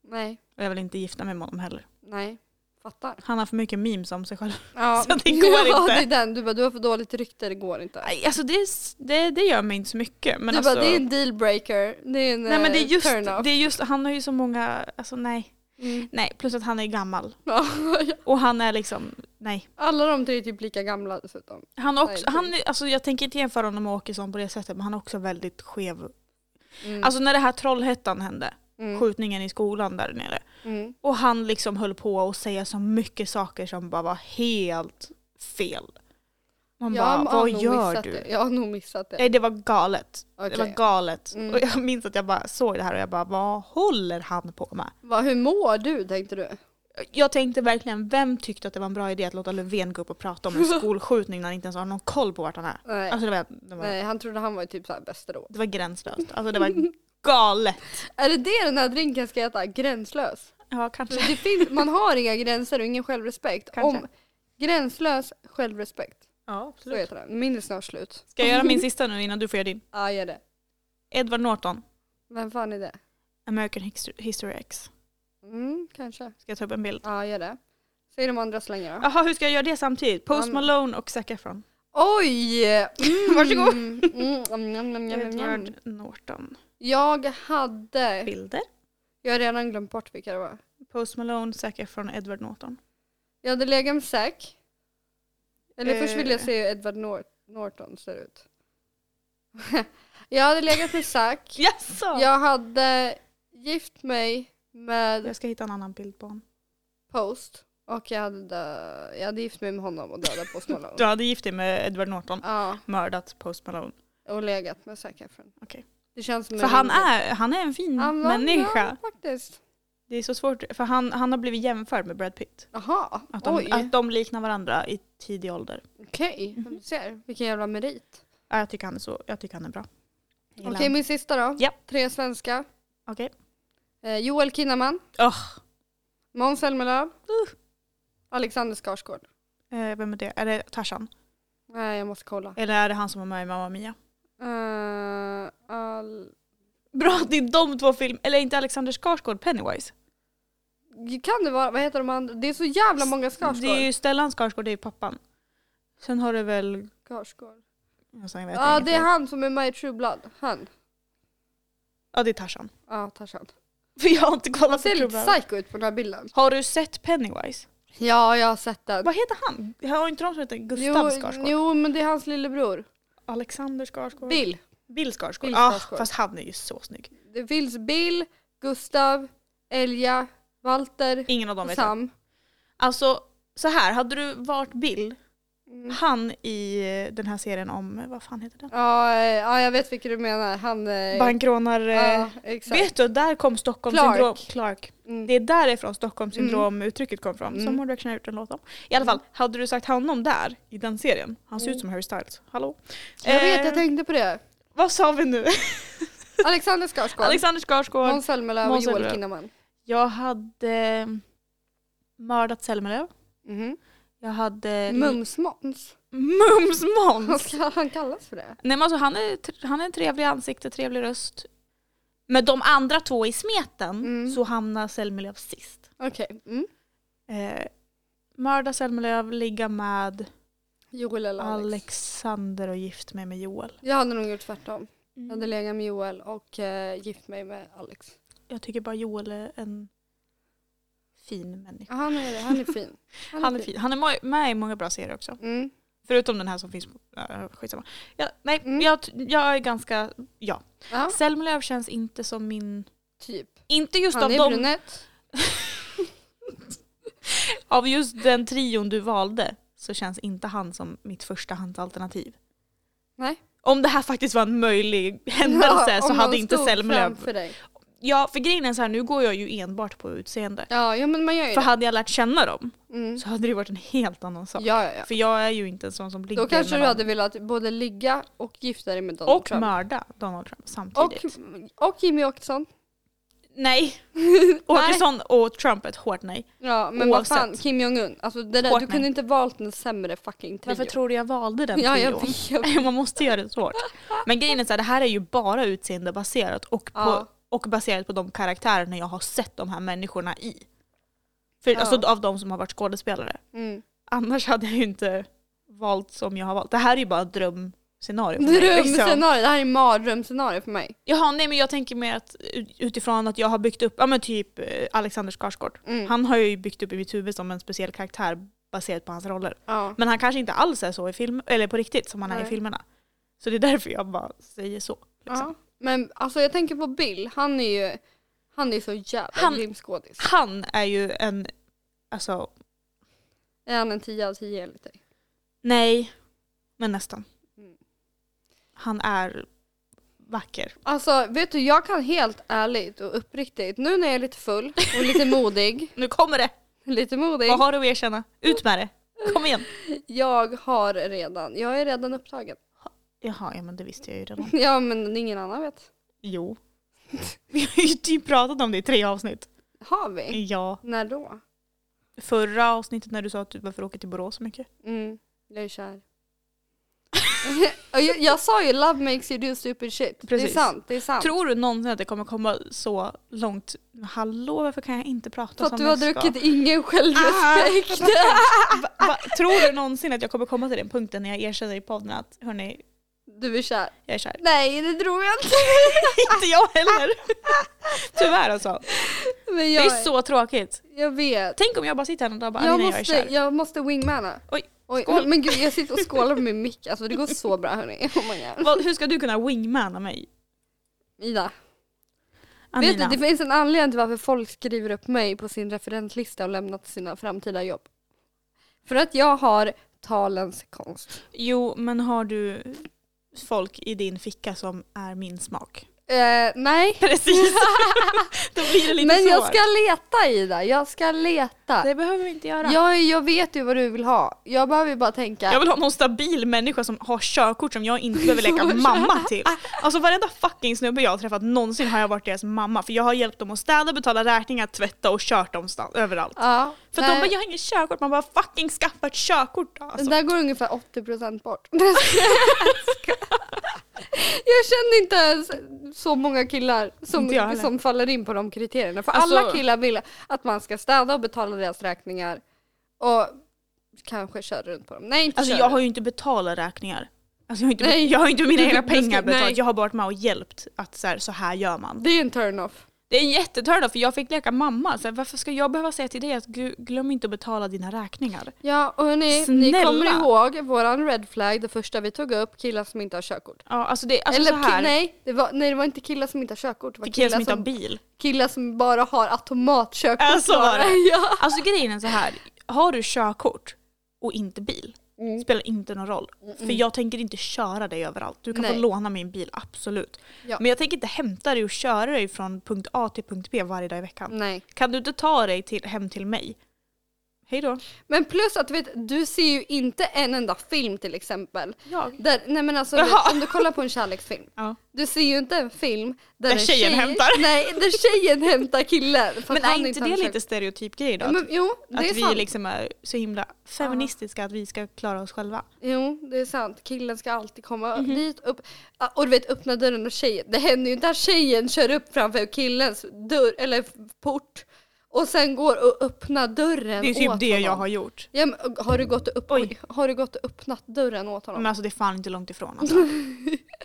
Speaker 1: Nej.
Speaker 2: Och jag vill inte gifta mig med honom heller.
Speaker 1: Nej. Fattar.
Speaker 2: Han har för mycket memes om sig själv.
Speaker 1: Ja.
Speaker 2: Så det går
Speaker 1: ja,
Speaker 2: inte.
Speaker 1: Det är den. Du bara, du har för dåligt rykte, det går inte.
Speaker 2: Nej, Alltså det, är s- det, det gör mig inte så mycket. Men
Speaker 1: du
Speaker 2: alltså,
Speaker 1: bara, det är en dealbreaker. Det är en
Speaker 2: Nej men det är,
Speaker 1: eh,
Speaker 2: just,
Speaker 1: turn-off.
Speaker 2: det är just, han har ju så många, alltså nej.
Speaker 1: Mm.
Speaker 2: Nej, plus att han är gammal.
Speaker 1: Ja,
Speaker 2: Och han är liksom, nej.
Speaker 1: Alla de tre är typ lika gamla dessutom.
Speaker 2: Han är också,
Speaker 1: Nej,
Speaker 2: han, är- alltså jag tänker inte jämföra honom med Åkesson på det sättet men han är också väldigt skev.
Speaker 1: Mm.
Speaker 2: Alltså när det här Trollhättan hände,
Speaker 1: mm.
Speaker 2: skjutningen i skolan där nere.
Speaker 1: Mm.
Speaker 2: Och han liksom höll på att säga så mycket saker som bara var helt fel. Man
Speaker 1: Jag
Speaker 2: bara,
Speaker 1: har
Speaker 2: vad
Speaker 1: nog
Speaker 2: gör
Speaker 1: missat
Speaker 2: du?
Speaker 1: Det. Jag har nog missat det.
Speaker 2: Nej det var galet. Det
Speaker 1: Okej.
Speaker 2: var galet.
Speaker 1: Mm.
Speaker 2: Och jag minns att jag bara såg det här och jag bara, vad håller han på med?
Speaker 1: Va, hur mår du tänkte du?
Speaker 2: Jag tänkte verkligen, vem tyckte att det var en bra idé att låta Löfven gå upp och prata om en skolskjutning när han inte ens har någon koll på vart han är?
Speaker 1: Nej.
Speaker 2: Alltså det var, det var,
Speaker 1: Nej, han trodde han var typ såhär bästa då.
Speaker 2: det var gränslöst. Alltså det var galet.
Speaker 1: Är det det den här drinken ska heta? Gränslös?
Speaker 2: Ja
Speaker 1: För
Speaker 2: kanske.
Speaker 1: Det finns, man har inga gränser och ingen självrespekt.
Speaker 2: Kanske.
Speaker 1: Om gränslös självrespekt.
Speaker 2: Ja,
Speaker 1: Så heter den. Min är snart slut.
Speaker 2: Ska jag göra min sista nu innan du får göra din?
Speaker 1: Ja, gör det.
Speaker 2: Edward Norton,
Speaker 1: Vem fan är det?
Speaker 2: American History- History X.
Speaker 1: Mm, kanske.
Speaker 2: Ska jag ta upp en bild?
Speaker 1: Ja, gör det. Säg de andra så länge då.
Speaker 2: Jaha, hur ska jag göra det samtidigt? Post
Speaker 1: Ja, men-
Speaker 2: Malone och Zac Efron.
Speaker 1: Oj! Mm,
Speaker 2: Varsågod.
Speaker 1: Mm, mm, mm, mm, mm, mm, mm.
Speaker 2: Edward Norton.
Speaker 1: Jag hade...
Speaker 2: Bilder.
Speaker 1: Jag har redan glömt bort vilka det var.
Speaker 2: Post Malone, Zac Efron och Edward Norton.
Speaker 1: Jag hade legat med Zack. Eller först
Speaker 2: Eh.
Speaker 1: ville jag se hur Edward Nor- Norton ser ut. jag hade legat med Zack.
Speaker 2: Jaså?
Speaker 1: Jag hade gift mig med
Speaker 2: Jag ska hitta en annan bild på honom.
Speaker 1: Post. Och jag hade, dö- jag hade gift mig med honom och dödat Post
Speaker 2: Du
Speaker 1: Malone.
Speaker 2: hade gift dig med Edward Norton.
Speaker 1: ja,
Speaker 2: Mördat Post Malone.
Speaker 1: och legat med Zac Efron.
Speaker 2: Okej.
Speaker 1: Det känns som
Speaker 2: För
Speaker 1: en
Speaker 2: han
Speaker 1: rimlig-
Speaker 2: är, han är en fin
Speaker 1: Han var-
Speaker 2: människa.
Speaker 1: Ja, faktiskt.
Speaker 2: Det är så svårt, för han, han har blivit jämförd med Brad Pitt.
Speaker 1: Jaha,
Speaker 2: Att
Speaker 1: oj.
Speaker 2: de, att de liknar varandra i tidig ålder.
Speaker 1: Okej,
Speaker 2: Mhm.
Speaker 1: du ser. Vilken jävla merit.
Speaker 2: Ja, Jag tycker han är, så, jag tycker han är bra. Jag
Speaker 1: Okej,
Speaker 2: gillar han.
Speaker 1: min sista då.
Speaker 2: Ja.
Speaker 1: Tre svenska.
Speaker 2: Okej.
Speaker 1: Eh, Joel Kinnaman.
Speaker 2: Åh.
Speaker 1: Måns Zelmerlöw. Alexander Skarsgård.
Speaker 2: Eh, vem är det? Är det Tarzan?
Speaker 1: Nej, jag måste kolla.
Speaker 2: Eller är det han som var med i Mamma Mia?
Speaker 1: Eh, all...
Speaker 2: Bra att det är de två film... Eller inte Alexander Skarsgård, Pennywise.
Speaker 1: Kan det vara, vad heter de andra? Det är så jävla många Skarsgård.
Speaker 2: Det är ju Stellan Skarsgård, det är ju pappan. Sen har du väl...
Speaker 1: Skarsgård.
Speaker 2: Alltså, jag vet
Speaker 1: Ja,
Speaker 2: inget
Speaker 1: det är
Speaker 2: mer.
Speaker 1: han som är med i True Blood. Han.
Speaker 2: Ja, det är Tarzan.
Speaker 1: Ja, Tarzan.
Speaker 2: För jag har inte
Speaker 1: Han
Speaker 2: kollat på
Speaker 1: ser lite
Speaker 2: klubben.
Speaker 1: psycho ut på den här bilden.
Speaker 2: Har du sett Pennywise?
Speaker 1: Ja, jag har sett den.
Speaker 2: Vad heter han? Har inte de som heter Gustav
Speaker 1: Jo,
Speaker 2: Skarsgård?
Speaker 1: jo, men det är hans lillebror.
Speaker 2: Alexander Skarsgård?
Speaker 1: Bill.
Speaker 2: Bill Skarsgård.
Speaker 1: Bill
Speaker 2: Ja,
Speaker 1: Skarsgård.
Speaker 2: fast han är ju så snygg.
Speaker 1: Det finns Bill, Gustav, Elja, Walter,
Speaker 2: Ingen av dem vet jag.
Speaker 1: Sam.
Speaker 2: Alltså, så här, hade du varit Bill,
Speaker 1: Mm.
Speaker 2: han i eh, den här serien om, vad fan heter den?
Speaker 1: Ja, eh, ja, jag vet vilken du menar. Han... eh,
Speaker 2: Bankrånar... eh,
Speaker 1: Ja, exakt.
Speaker 2: Vet du, där kom Stockholmssyndrom... Clark. Clark.
Speaker 1: Mm.
Speaker 2: Det är därifrån Stockholmssyndrom-uttrycket kom från, som
Speaker 1: Mm.
Speaker 2: One Direction har gjort en låt om. I alla fall, hade du sagt honom där, i den serien, han ser ut som Harry Styles. Hallå?
Speaker 1: Mm. Jag vet,
Speaker 2: Eh,
Speaker 1: jag tänkte på det.
Speaker 2: Vad sa vi nu?
Speaker 1: Alexander Skarsgård,
Speaker 2: Alexander Skarsgård.
Speaker 1: Måns Zelmerlöw och
Speaker 2: Måns
Speaker 1: Joel
Speaker 2: Zelmerlöw.
Speaker 1: Kinnaman.
Speaker 2: Jag hade mm, mördat Selmerlöv.
Speaker 1: Mhm.
Speaker 2: Jag hade...
Speaker 1: Mm. Mums-Måns.
Speaker 2: Mums
Speaker 1: Vad
Speaker 2: Måns!
Speaker 1: ska han kallas för det?
Speaker 2: Nej men alltså han är, tr- han är en trevlig ansikte, trevlig röst. Men de andra två i smeten
Speaker 1: Mm.
Speaker 2: så hamnar Selmerlöv sist.
Speaker 1: Okej. Mm.
Speaker 2: Eh, mörda Selmerlöv, ligga med
Speaker 1: Joel eller Alex.
Speaker 2: Alexander och gift mig med Joel.
Speaker 1: Jag hade nog gjort tvärtom. Jag hade
Speaker 2: Mm.
Speaker 1: legat med Joel och eh, gift mig med Alex.
Speaker 2: Jag tycker bara Joel är en fin människa.
Speaker 1: Ja, han är det. Han är fin.
Speaker 2: Han är, fin. han är mo- med i många bra serier också.
Speaker 1: Mm.
Speaker 2: Förutom den här som finns på... Äh, skitsamma. Ja, nej,
Speaker 1: Mm.
Speaker 2: jag, t- jag är ganska... Ja.
Speaker 1: Ja,
Speaker 2: Selma känns inte som min...
Speaker 1: typ.
Speaker 2: Inte just av,
Speaker 1: Han är
Speaker 2: de,
Speaker 1: brunett.
Speaker 2: av just den trion du valde så känns inte han som mitt förstahandsalternativ.
Speaker 1: Nej.
Speaker 2: Om det här faktiskt var en möjlig händelse
Speaker 1: Ja,
Speaker 2: så
Speaker 1: om
Speaker 2: hade
Speaker 1: någon
Speaker 2: inte
Speaker 1: stod
Speaker 2: Selmlöv...
Speaker 1: framför dig.
Speaker 2: Ja, för grejen är så här, nu går jag ju enbart på utseende.
Speaker 1: Ja, ja, men man gör ju
Speaker 2: För
Speaker 1: det.
Speaker 2: hade jag lärt känna dem
Speaker 1: Mm.
Speaker 2: så hade det varit en helt annan sak.
Speaker 1: Ja, ja, ja.
Speaker 2: För jag är ju inte en sån som ligger
Speaker 1: Då kanske du
Speaker 2: mellan-
Speaker 1: hade velat både ligga och gifta dig med Donald
Speaker 2: Och
Speaker 1: Trump.
Speaker 2: mörda Donald Trump samtidigt.
Speaker 1: Och, och Jimmy Åkesson.
Speaker 2: Nej. Åkesson och Trump ett hårt nej.
Speaker 1: Ja, men
Speaker 2: Oavsett.
Speaker 1: vad fan, Kim Jong-Un. Alltså det där, du
Speaker 2: Fortnite.
Speaker 1: kunde inte valt en sämre fucking trio.
Speaker 2: Varför tror du jag valde den
Speaker 1: Ja, jag
Speaker 2: trion?
Speaker 1: vet.
Speaker 2: Man måste göra det svårt. Men grejen är så här, det här är ju bara utseendebaserat och, på,
Speaker 1: Ja.
Speaker 2: och baserat på de karaktärerna jag har sett de här människorna i. För,
Speaker 1: Ja.
Speaker 2: Alltså av de som har varit skådespelare.
Speaker 1: Mm.
Speaker 2: Annars hade jag ju inte valt som jag har valt. Det här är ju bara ett drömscenario. för mig, liksom.
Speaker 1: Drömscenario, det här är mardrömscenario för mig.
Speaker 2: Jaha, nej men jag tänker mer att ut- utifrån att jag har byggt upp, ja men typ eh, Alexander Skarsgård.
Speaker 1: Mm.
Speaker 2: Han har jag ju byggt upp i mitt huvud som en speciell karaktär baserat på hans roller.
Speaker 1: Ja.
Speaker 2: Men han kanske inte alls är så i film, eller på riktigt som han är
Speaker 1: Nej.
Speaker 2: i filmerna. Så det är därför jag bara säger så. Liksom.
Speaker 1: ja. Men alltså jag tänker på Bill, han är ju han är så jävla
Speaker 2: Han-
Speaker 1: grym skådis.
Speaker 2: Han är ju en, alltså
Speaker 1: Är han en 10 av 10 enligt dig?
Speaker 2: nej, men nästan.
Speaker 1: Mm.
Speaker 2: Han är vacker.
Speaker 1: Alltså vet du, jag kan helt ärligt och uppriktigt, nu när jag är lite full och lite modig,
Speaker 2: Nu kommer det!
Speaker 1: lite modig.
Speaker 2: Vad har du att erkänna? Ut med det! Kom igen!
Speaker 1: Jag har redan, jag är redan upptagen.
Speaker 2: Jaha, ja men det visste jag ju redan.
Speaker 1: Ja men ingen annan vet.
Speaker 2: Jo. Vi har ju typ pratat om det i tre avsnitt.
Speaker 1: Har vi?
Speaker 2: Ja.
Speaker 1: När då?
Speaker 2: Förra avsnittet när du sa att du varför åker till Borås så mycket.
Speaker 1: Mm, jag är kär. Och jag, jag sa ju love makes you do stupid shit.
Speaker 2: Precis.
Speaker 1: Det är sant, det är sant.
Speaker 2: Tror du någonsin att det kommer komma så långt? Hallå, varför kan jag inte prata
Speaker 1: För att
Speaker 2: som
Speaker 1: du
Speaker 2: jag
Speaker 1: har
Speaker 2: ska? Ah!
Speaker 1: druckit ingen självrespekt.
Speaker 2: Va, va, tror du någonsin att jag kommer komma till den punkten när jag erkänner i podden att hörni,
Speaker 1: Du är kär.
Speaker 2: jag är kär?
Speaker 1: Nej, det tror jag inte.
Speaker 2: inte jag heller! Tyvärr alltså.
Speaker 1: Men
Speaker 2: Det
Speaker 1: jag,
Speaker 2: är så tråkigt.
Speaker 1: jag vet.
Speaker 2: Tänk om jag bara sitter här någon dag och bara,
Speaker 1: Jag
Speaker 2: "Alina,
Speaker 1: måste,
Speaker 2: jag är
Speaker 1: jag,
Speaker 2: kär.
Speaker 1: måste wingmana.
Speaker 2: Oj,
Speaker 1: Oj,
Speaker 2: skål.
Speaker 1: men gud jag sitter och skålar med min mick. Alltså det går så bra hörni. Oh my God.
Speaker 2: Vad, hur ska du kunna wingmana mig?
Speaker 1: Ida,
Speaker 2: Amina.
Speaker 1: vet du det finns en anledning till varför folk skriver upp mig på sin referenslista och lämnat sina framtida jobb. För att jag har talens konst.
Speaker 2: Jo, men har du folk i din ficka som är min smak?
Speaker 1: Eh, nej.
Speaker 2: Precis. Då blir det lite
Speaker 1: Men jag
Speaker 2: svårt.
Speaker 1: ska leta Ida, jag ska leta.
Speaker 2: Det behöver vi inte göra. Jag...
Speaker 1: Jag, jag vet ju vad du vill ha. Jag behöver ju bara tänka.
Speaker 2: vill ha någon stabil människa som har körkort som jag inte behöver leka
Speaker 1: Som-
Speaker 2: mamma till. Alltså varenda fucking snubbe jag har träffat någonsin har jag varit deras mamma för jag har hjälpt dem att städa, betala räkningar, tvätta och kört dem stan- överallt.
Speaker 1: Ja,
Speaker 2: För de
Speaker 1: nej,
Speaker 2: bara, jag har inget körkort, man bara fucking skaffa ett körkort då, alltså.
Speaker 1: Där går ungefär 80% bort. jag känner inte ens så många killar
Speaker 2: Inte jag
Speaker 1: som,
Speaker 2: heller.
Speaker 1: som faller in på de kriterierna. För
Speaker 2: Alltså-
Speaker 1: alla killar vill att man ska städa och betala deras räkningar. Och kanske köra runt på dem. Nej inte
Speaker 2: Alltså
Speaker 1: köra
Speaker 2: jag har
Speaker 1: runt.
Speaker 2: ju inte betalat räkningar. Alltså jag har inte,
Speaker 1: Nej.
Speaker 2: jag har inte mina egna
Speaker 1: Jag ska-
Speaker 2: pengar
Speaker 1: nej.
Speaker 2: betalt, jag har bara varit med och hjälpt att så här, så här gör man.
Speaker 1: Det är en turn-off.
Speaker 2: Det är en jättetörda för jag fick leka mamma, så här, varför ska jag behöva säga till dig att "Gu- glöm inte att betala dina räkningar?
Speaker 1: Ja och hörni, ni
Speaker 2: Snälla.
Speaker 1: kommer ihåg våran red flag, det första vi tog upp, killar som inte har körkort.
Speaker 2: Ja, alltså det, alltså
Speaker 1: Eller
Speaker 2: så här,
Speaker 1: ki- nej, det var, nej det var inte killar som inte har körkort. Det var
Speaker 2: det killar som inte har bil.
Speaker 1: killar som bara har automatkörkort.
Speaker 2: Ja, så var det.
Speaker 1: bara. ja.
Speaker 2: Alltså grejen är så här, har du körkort och inte bil,
Speaker 1: Mm.
Speaker 2: spelar inte någon roll. För jag tänker inte köra dig överallt. Du kan
Speaker 1: Nej.
Speaker 2: få låna min bil, absolut.
Speaker 1: Ja.
Speaker 2: Men jag tänker inte hämta dig och köra dig från punkt A till punkt B varje dag i veckan.
Speaker 1: Nej.
Speaker 2: Kan du inte ta dig till, hem till mig? Hej då.
Speaker 1: Men plus att vet, du ser ju inte en enda film till exempel.
Speaker 2: Ja.
Speaker 1: Där, nej men alltså
Speaker 2: Jaha.
Speaker 1: vet, om du kollar på en kärleksfilm.
Speaker 2: Ja.
Speaker 1: Du ser ju inte en film där,
Speaker 2: Där
Speaker 1: en
Speaker 2: tjejen hämtar.
Speaker 1: Nej, där tjejen hämtar killen. för
Speaker 2: Men
Speaker 1: att
Speaker 2: är
Speaker 1: han
Speaker 2: inte
Speaker 1: har
Speaker 2: det
Speaker 1: en
Speaker 2: lite stereotyp grej då?
Speaker 1: kär- men, Jo, det
Speaker 2: att
Speaker 1: är
Speaker 2: vi
Speaker 1: sant.
Speaker 2: liksom är så himla feministiska att vi ska klara oss själva.
Speaker 1: Jo, det är sant. Killen ska alltid komma
Speaker 2: Mhm.
Speaker 1: dit upp. Ah, Och du vet, öppna dörren och tjejen. Det händer ju inte att tjejen kör upp framför killens dörr, eller port. Och sen går och öppnar dörren
Speaker 2: Det är
Speaker 1: åt
Speaker 2: typ det jag
Speaker 1: honom.
Speaker 2: har gjort.
Speaker 1: Ja, men, har, du gått och upp,
Speaker 2: Oj.
Speaker 1: har du gått och öppnat dörren åt honom?
Speaker 2: Men alltså det är fan inte långt ifrån alltså.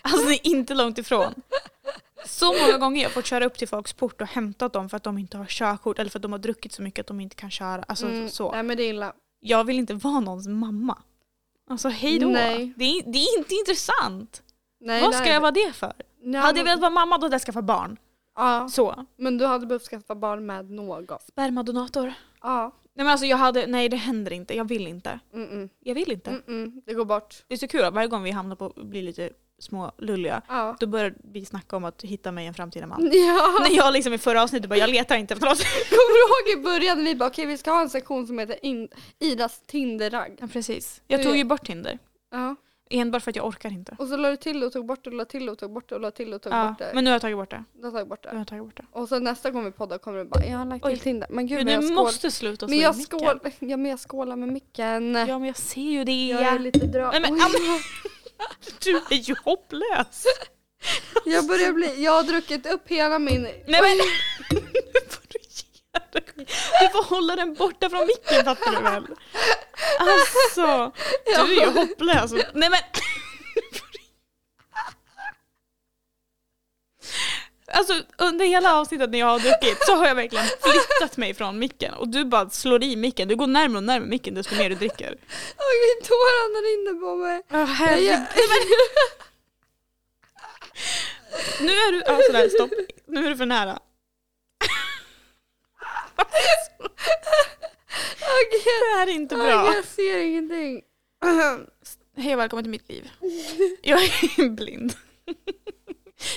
Speaker 2: alltså det är inte långt ifrån. Så många gånger jag har fått köra upp till folks port och hämtat dem för att de inte har körkort eller för att de har druckit så mycket att de inte kan köra. Alltså
Speaker 1: Mm,
Speaker 2: så.
Speaker 1: Nej men det är illa.
Speaker 2: Jag vill inte vara någons mamma. Alltså hej då.
Speaker 1: Nej.
Speaker 2: Det, är, det är inte intressant.
Speaker 1: Nej,
Speaker 2: Vad
Speaker 1: det
Speaker 2: ska
Speaker 1: är-
Speaker 2: jag vara det för?
Speaker 1: Nej,
Speaker 2: hade jag
Speaker 1: men-
Speaker 2: velat vara mamma då hade jag skaffat barn.
Speaker 1: Ja,
Speaker 2: Så.
Speaker 1: men du hade behövt skaffa barn med någon.
Speaker 2: Spermadonator.
Speaker 1: Ja,
Speaker 2: Nej men alltså jag hade, nej det händer inte. Jag vill inte.
Speaker 1: mm -mm.
Speaker 2: Jag vill inte.
Speaker 1: Mm -mm. det går bort.
Speaker 2: Det är så kul att varje gång vi hamnar på att bli lite små lulliga
Speaker 1: Ja.
Speaker 2: då börjar vi snacka om att hitta mig en framtida man.
Speaker 1: Ja,
Speaker 2: När jag liksom i förra avsnittet bara jag letar inte efter något.
Speaker 1: kommer du ihåg i början vi bara okej vi ska ha en sektion som heter in- Idas Tinder-ragg.
Speaker 2: Ja, precis. Jag
Speaker 1: Du-
Speaker 2: tog ju bort Tinder.
Speaker 1: Ja.
Speaker 2: Enbart för att jag orkar inte.
Speaker 1: Och så la du till och tog bort det, la till och tog bort det, och la till och tog
Speaker 2: Ja,
Speaker 1: bort det.
Speaker 2: men nu har jag tagit bort det.
Speaker 1: Du har tagit bort
Speaker 2: Nu har
Speaker 1: det.
Speaker 2: jag tagit bort det.
Speaker 1: Och så nästa gång vi poddar kommer du bara jag har lagt till
Speaker 2: Oj.
Speaker 1: Tinder. Men gud
Speaker 2: Gud,
Speaker 1: men jag
Speaker 2: du
Speaker 1: skålar.
Speaker 2: måste sluta
Speaker 1: Men
Speaker 2: slå i
Speaker 1: jag,
Speaker 2: micken.
Speaker 1: skål, ja, men jag skålar med micken.
Speaker 2: Ja men jag ser ju det.
Speaker 1: Jag är lite dra...
Speaker 2: Nej, men,
Speaker 1: Oj.
Speaker 2: Anna- Du är ju hopplös.
Speaker 1: Jag börjar bli, jag har druckit upp hela min...
Speaker 2: Nej men. Nu får du ge dig. Du får hålla den borta från micken fattar du väl? Alltså. Du är ju hopplös. Nej men. Alltså under hela avsnittet när jag har druckit så har jag verkligen flyttat mig från micken och du bara slår i micken. Du går närmare och närmare micken desto mer du dricker.
Speaker 1: Oj, tårarna rinner på mig. Jag,
Speaker 2: Jag-
Speaker 1: jag,
Speaker 2: Nu är du... Ja, sådär, stopp. Nu är du för nära. Det här är inte bra.
Speaker 1: jag ser ingenting.
Speaker 2: Hej och välkommen till mitt liv. Jag är blind.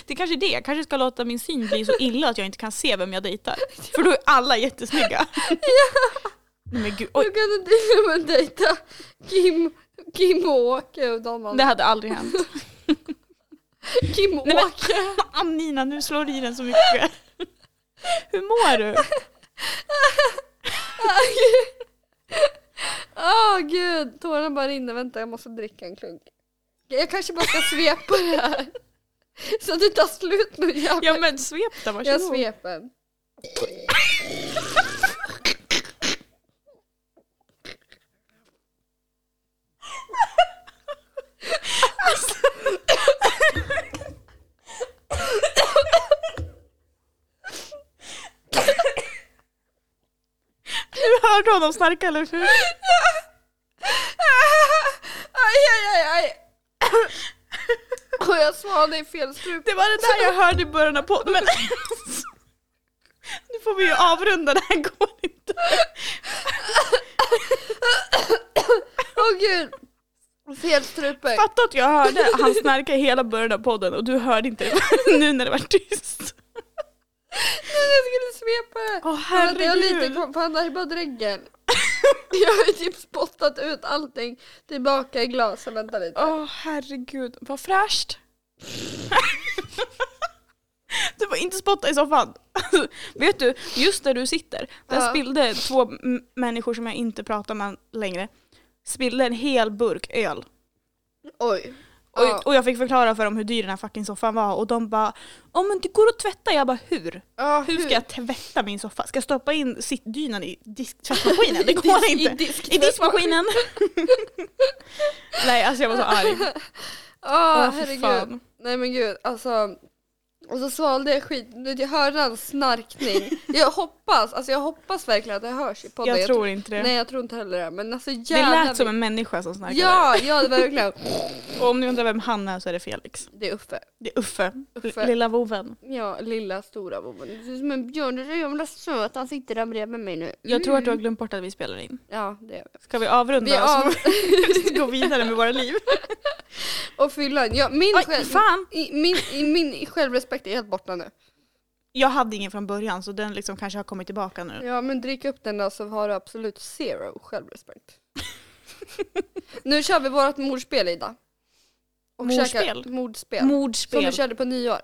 Speaker 2: Det är kanske är det, jag kanske ska låta min syn bli så illa att jag inte kan se vem jag dejtar. För då är alla jättesnygga. Nej men gud, oj,
Speaker 1: Jag kan inte till och med dejta Kim, Kim och Åke och de
Speaker 2: det
Speaker 1: andra.
Speaker 2: hade aldrig hänt.
Speaker 1: Kim och
Speaker 2: Nej, men-
Speaker 1: Åke.
Speaker 2: Annina, nu slår du i den så mycket. Hur mår du?
Speaker 1: Åh gud, tårarna bara rinner. Vänta, jag måste dricka en klunk. Jag kanske bara ska svepa det här. Så att det tar slut nu jävlar.
Speaker 2: Ja men svep då,
Speaker 1: Jag
Speaker 2: varsågod.
Speaker 1: sveper.
Speaker 2: Du hörde honom snarka eller hur?
Speaker 1: Aj, aj, aj, aj. Och jag svalde i fel strupe.
Speaker 2: Det var det där jag hörde i början av podden. Men... Nu får vi ju avrunda, det här går inte.
Speaker 1: Åh gud. Selstrupe.
Speaker 2: Fatta att jag hörde han snarka i hela början av podden och du hörde inte det nu när det var tyst.
Speaker 1: Jag skulle svepa det.
Speaker 2: Åh
Speaker 1: Han hade jag lite
Speaker 2: herregud.
Speaker 1: kvar på andra bara dräggen. Jag har ju typ spottat ut allting tillbaka i glasen. Vänta lite.
Speaker 2: Åh herregud, vad fräscht. Du var inte spotta i soffan. Alltså, Vet du, just där du sitter, där
Speaker 1: Ja.
Speaker 2: spillde två m- människor som jag inte pratar med längre, spillde en hel burk öl.
Speaker 1: Oj.
Speaker 2: Och,
Speaker 1: Ja.
Speaker 2: och jag fick förklara för dem hur dyr den här fucking soffan var och de bara Ja men det går att tvätta, jag bara hur?
Speaker 1: Ja,
Speaker 2: Hur ska jag tvätta min soffa? Ska jag stoppa in sittdynan i disk- tvättmaskinen? Det går
Speaker 1: I
Speaker 2: inte!
Speaker 1: disk-
Speaker 2: I diskmaskinen! Nej alltså jag var så arg.
Speaker 1: Ja,
Speaker 2: Åh, för
Speaker 1: herregud.
Speaker 2: fan.
Speaker 1: Nej men gud, alltså. Och så svalde jag skit. Nu, Jag hörde hans snarkning. Jag hoppas, alltså jag hoppas verkligen att det hörs i podden.
Speaker 2: Jag tror inte det.
Speaker 1: Nej jag tror inte heller det. Men alltså
Speaker 2: det
Speaker 1: jävlar.
Speaker 2: lät som en människa som snarkade.
Speaker 1: Ja, ja verkligen.
Speaker 2: Och om ni undrar vem han är så är det Felix.
Speaker 1: Det är Uffe.
Speaker 2: Det är Uffe,
Speaker 1: Uffe.
Speaker 2: L- lilla voven.
Speaker 1: Ja, lilla stora boven. Det ser ut som en björn. Det är så jävla söt. Han sitter där bredvid mig nu.
Speaker 2: Jag tror att du har glömt bort att vi spelar in.
Speaker 1: Ja, det gör vi.
Speaker 2: Ska vi avrunda
Speaker 1: Mm. Vi
Speaker 2: och
Speaker 1: av...
Speaker 2: så gå vidare med våra liv?
Speaker 1: och fyllan. Ja, min,
Speaker 2: Oj,
Speaker 1: själv...
Speaker 2: fan!
Speaker 1: i, min, i, min självrespekt är helt borta nu.
Speaker 2: Jag hade ingen från början så den liksom kanske har kommit tillbaka nu.
Speaker 1: Ja men drick upp den där så har du absolut zero självrespekt. nu kör vi vårt mordspel Ida.
Speaker 2: Mordspel?
Speaker 1: käka- mordspel. Som
Speaker 2: Mordspel.
Speaker 1: vi körde på nyår.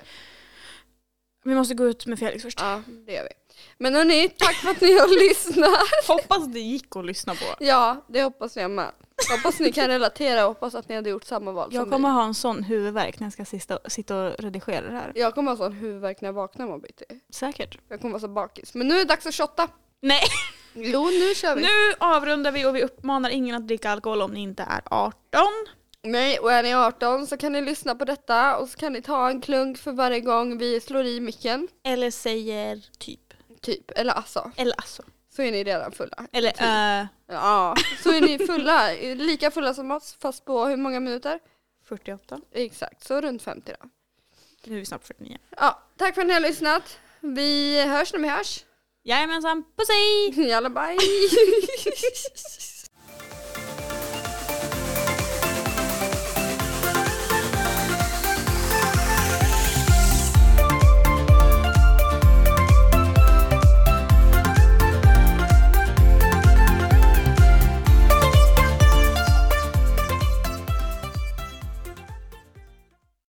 Speaker 2: Vi måste gå ut med Felix först.
Speaker 1: Ja det gör vi. Men hörni, tack för att ni har lyssnat.
Speaker 2: Hoppas det gick att lyssna på.
Speaker 1: Ja det hoppas jag med. Hoppas ni kan relatera och hoppas att ni hade gjort samma val som
Speaker 2: Jag kommer ha en sån huvudvärk när jag ska sista, sitta och redigera det här.
Speaker 1: vi. Jag kommer ha sån huvudvärk när jag vaknar imorgon bitti.
Speaker 2: Säkert.
Speaker 1: Jag kommer vara så bakis. Men nu är det dags att shotta.
Speaker 2: Nej,
Speaker 1: Jo nu kör vi.
Speaker 2: nu avrundar vi och vi uppmanar ingen att dricka alkohol om ni inte är 18.
Speaker 1: Nej, och är ni 18 så kan ni lyssna på detta och så kan ni ta en klunk för varje gång vi slår i micken.
Speaker 2: Eller säger typ.
Speaker 1: Typ, eller alltså,
Speaker 2: Eller alltså.
Speaker 1: så är ni redan fulla.
Speaker 2: Eller eh,
Speaker 1: Ja, så är ni fulla, lika fulla som oss fast på hur många minuter?
Speaker 2: 48.
Speaker 1: Exakt, så runt 50 då.
Speaker 2: Nu är vi snart 49.
Speaker 1: Ja, tack för att ni har lyssnat. Vi hörs när vi hörs.
Speaker 2: Jajamensan, puss hej!
Speaker 1: Jalla bye!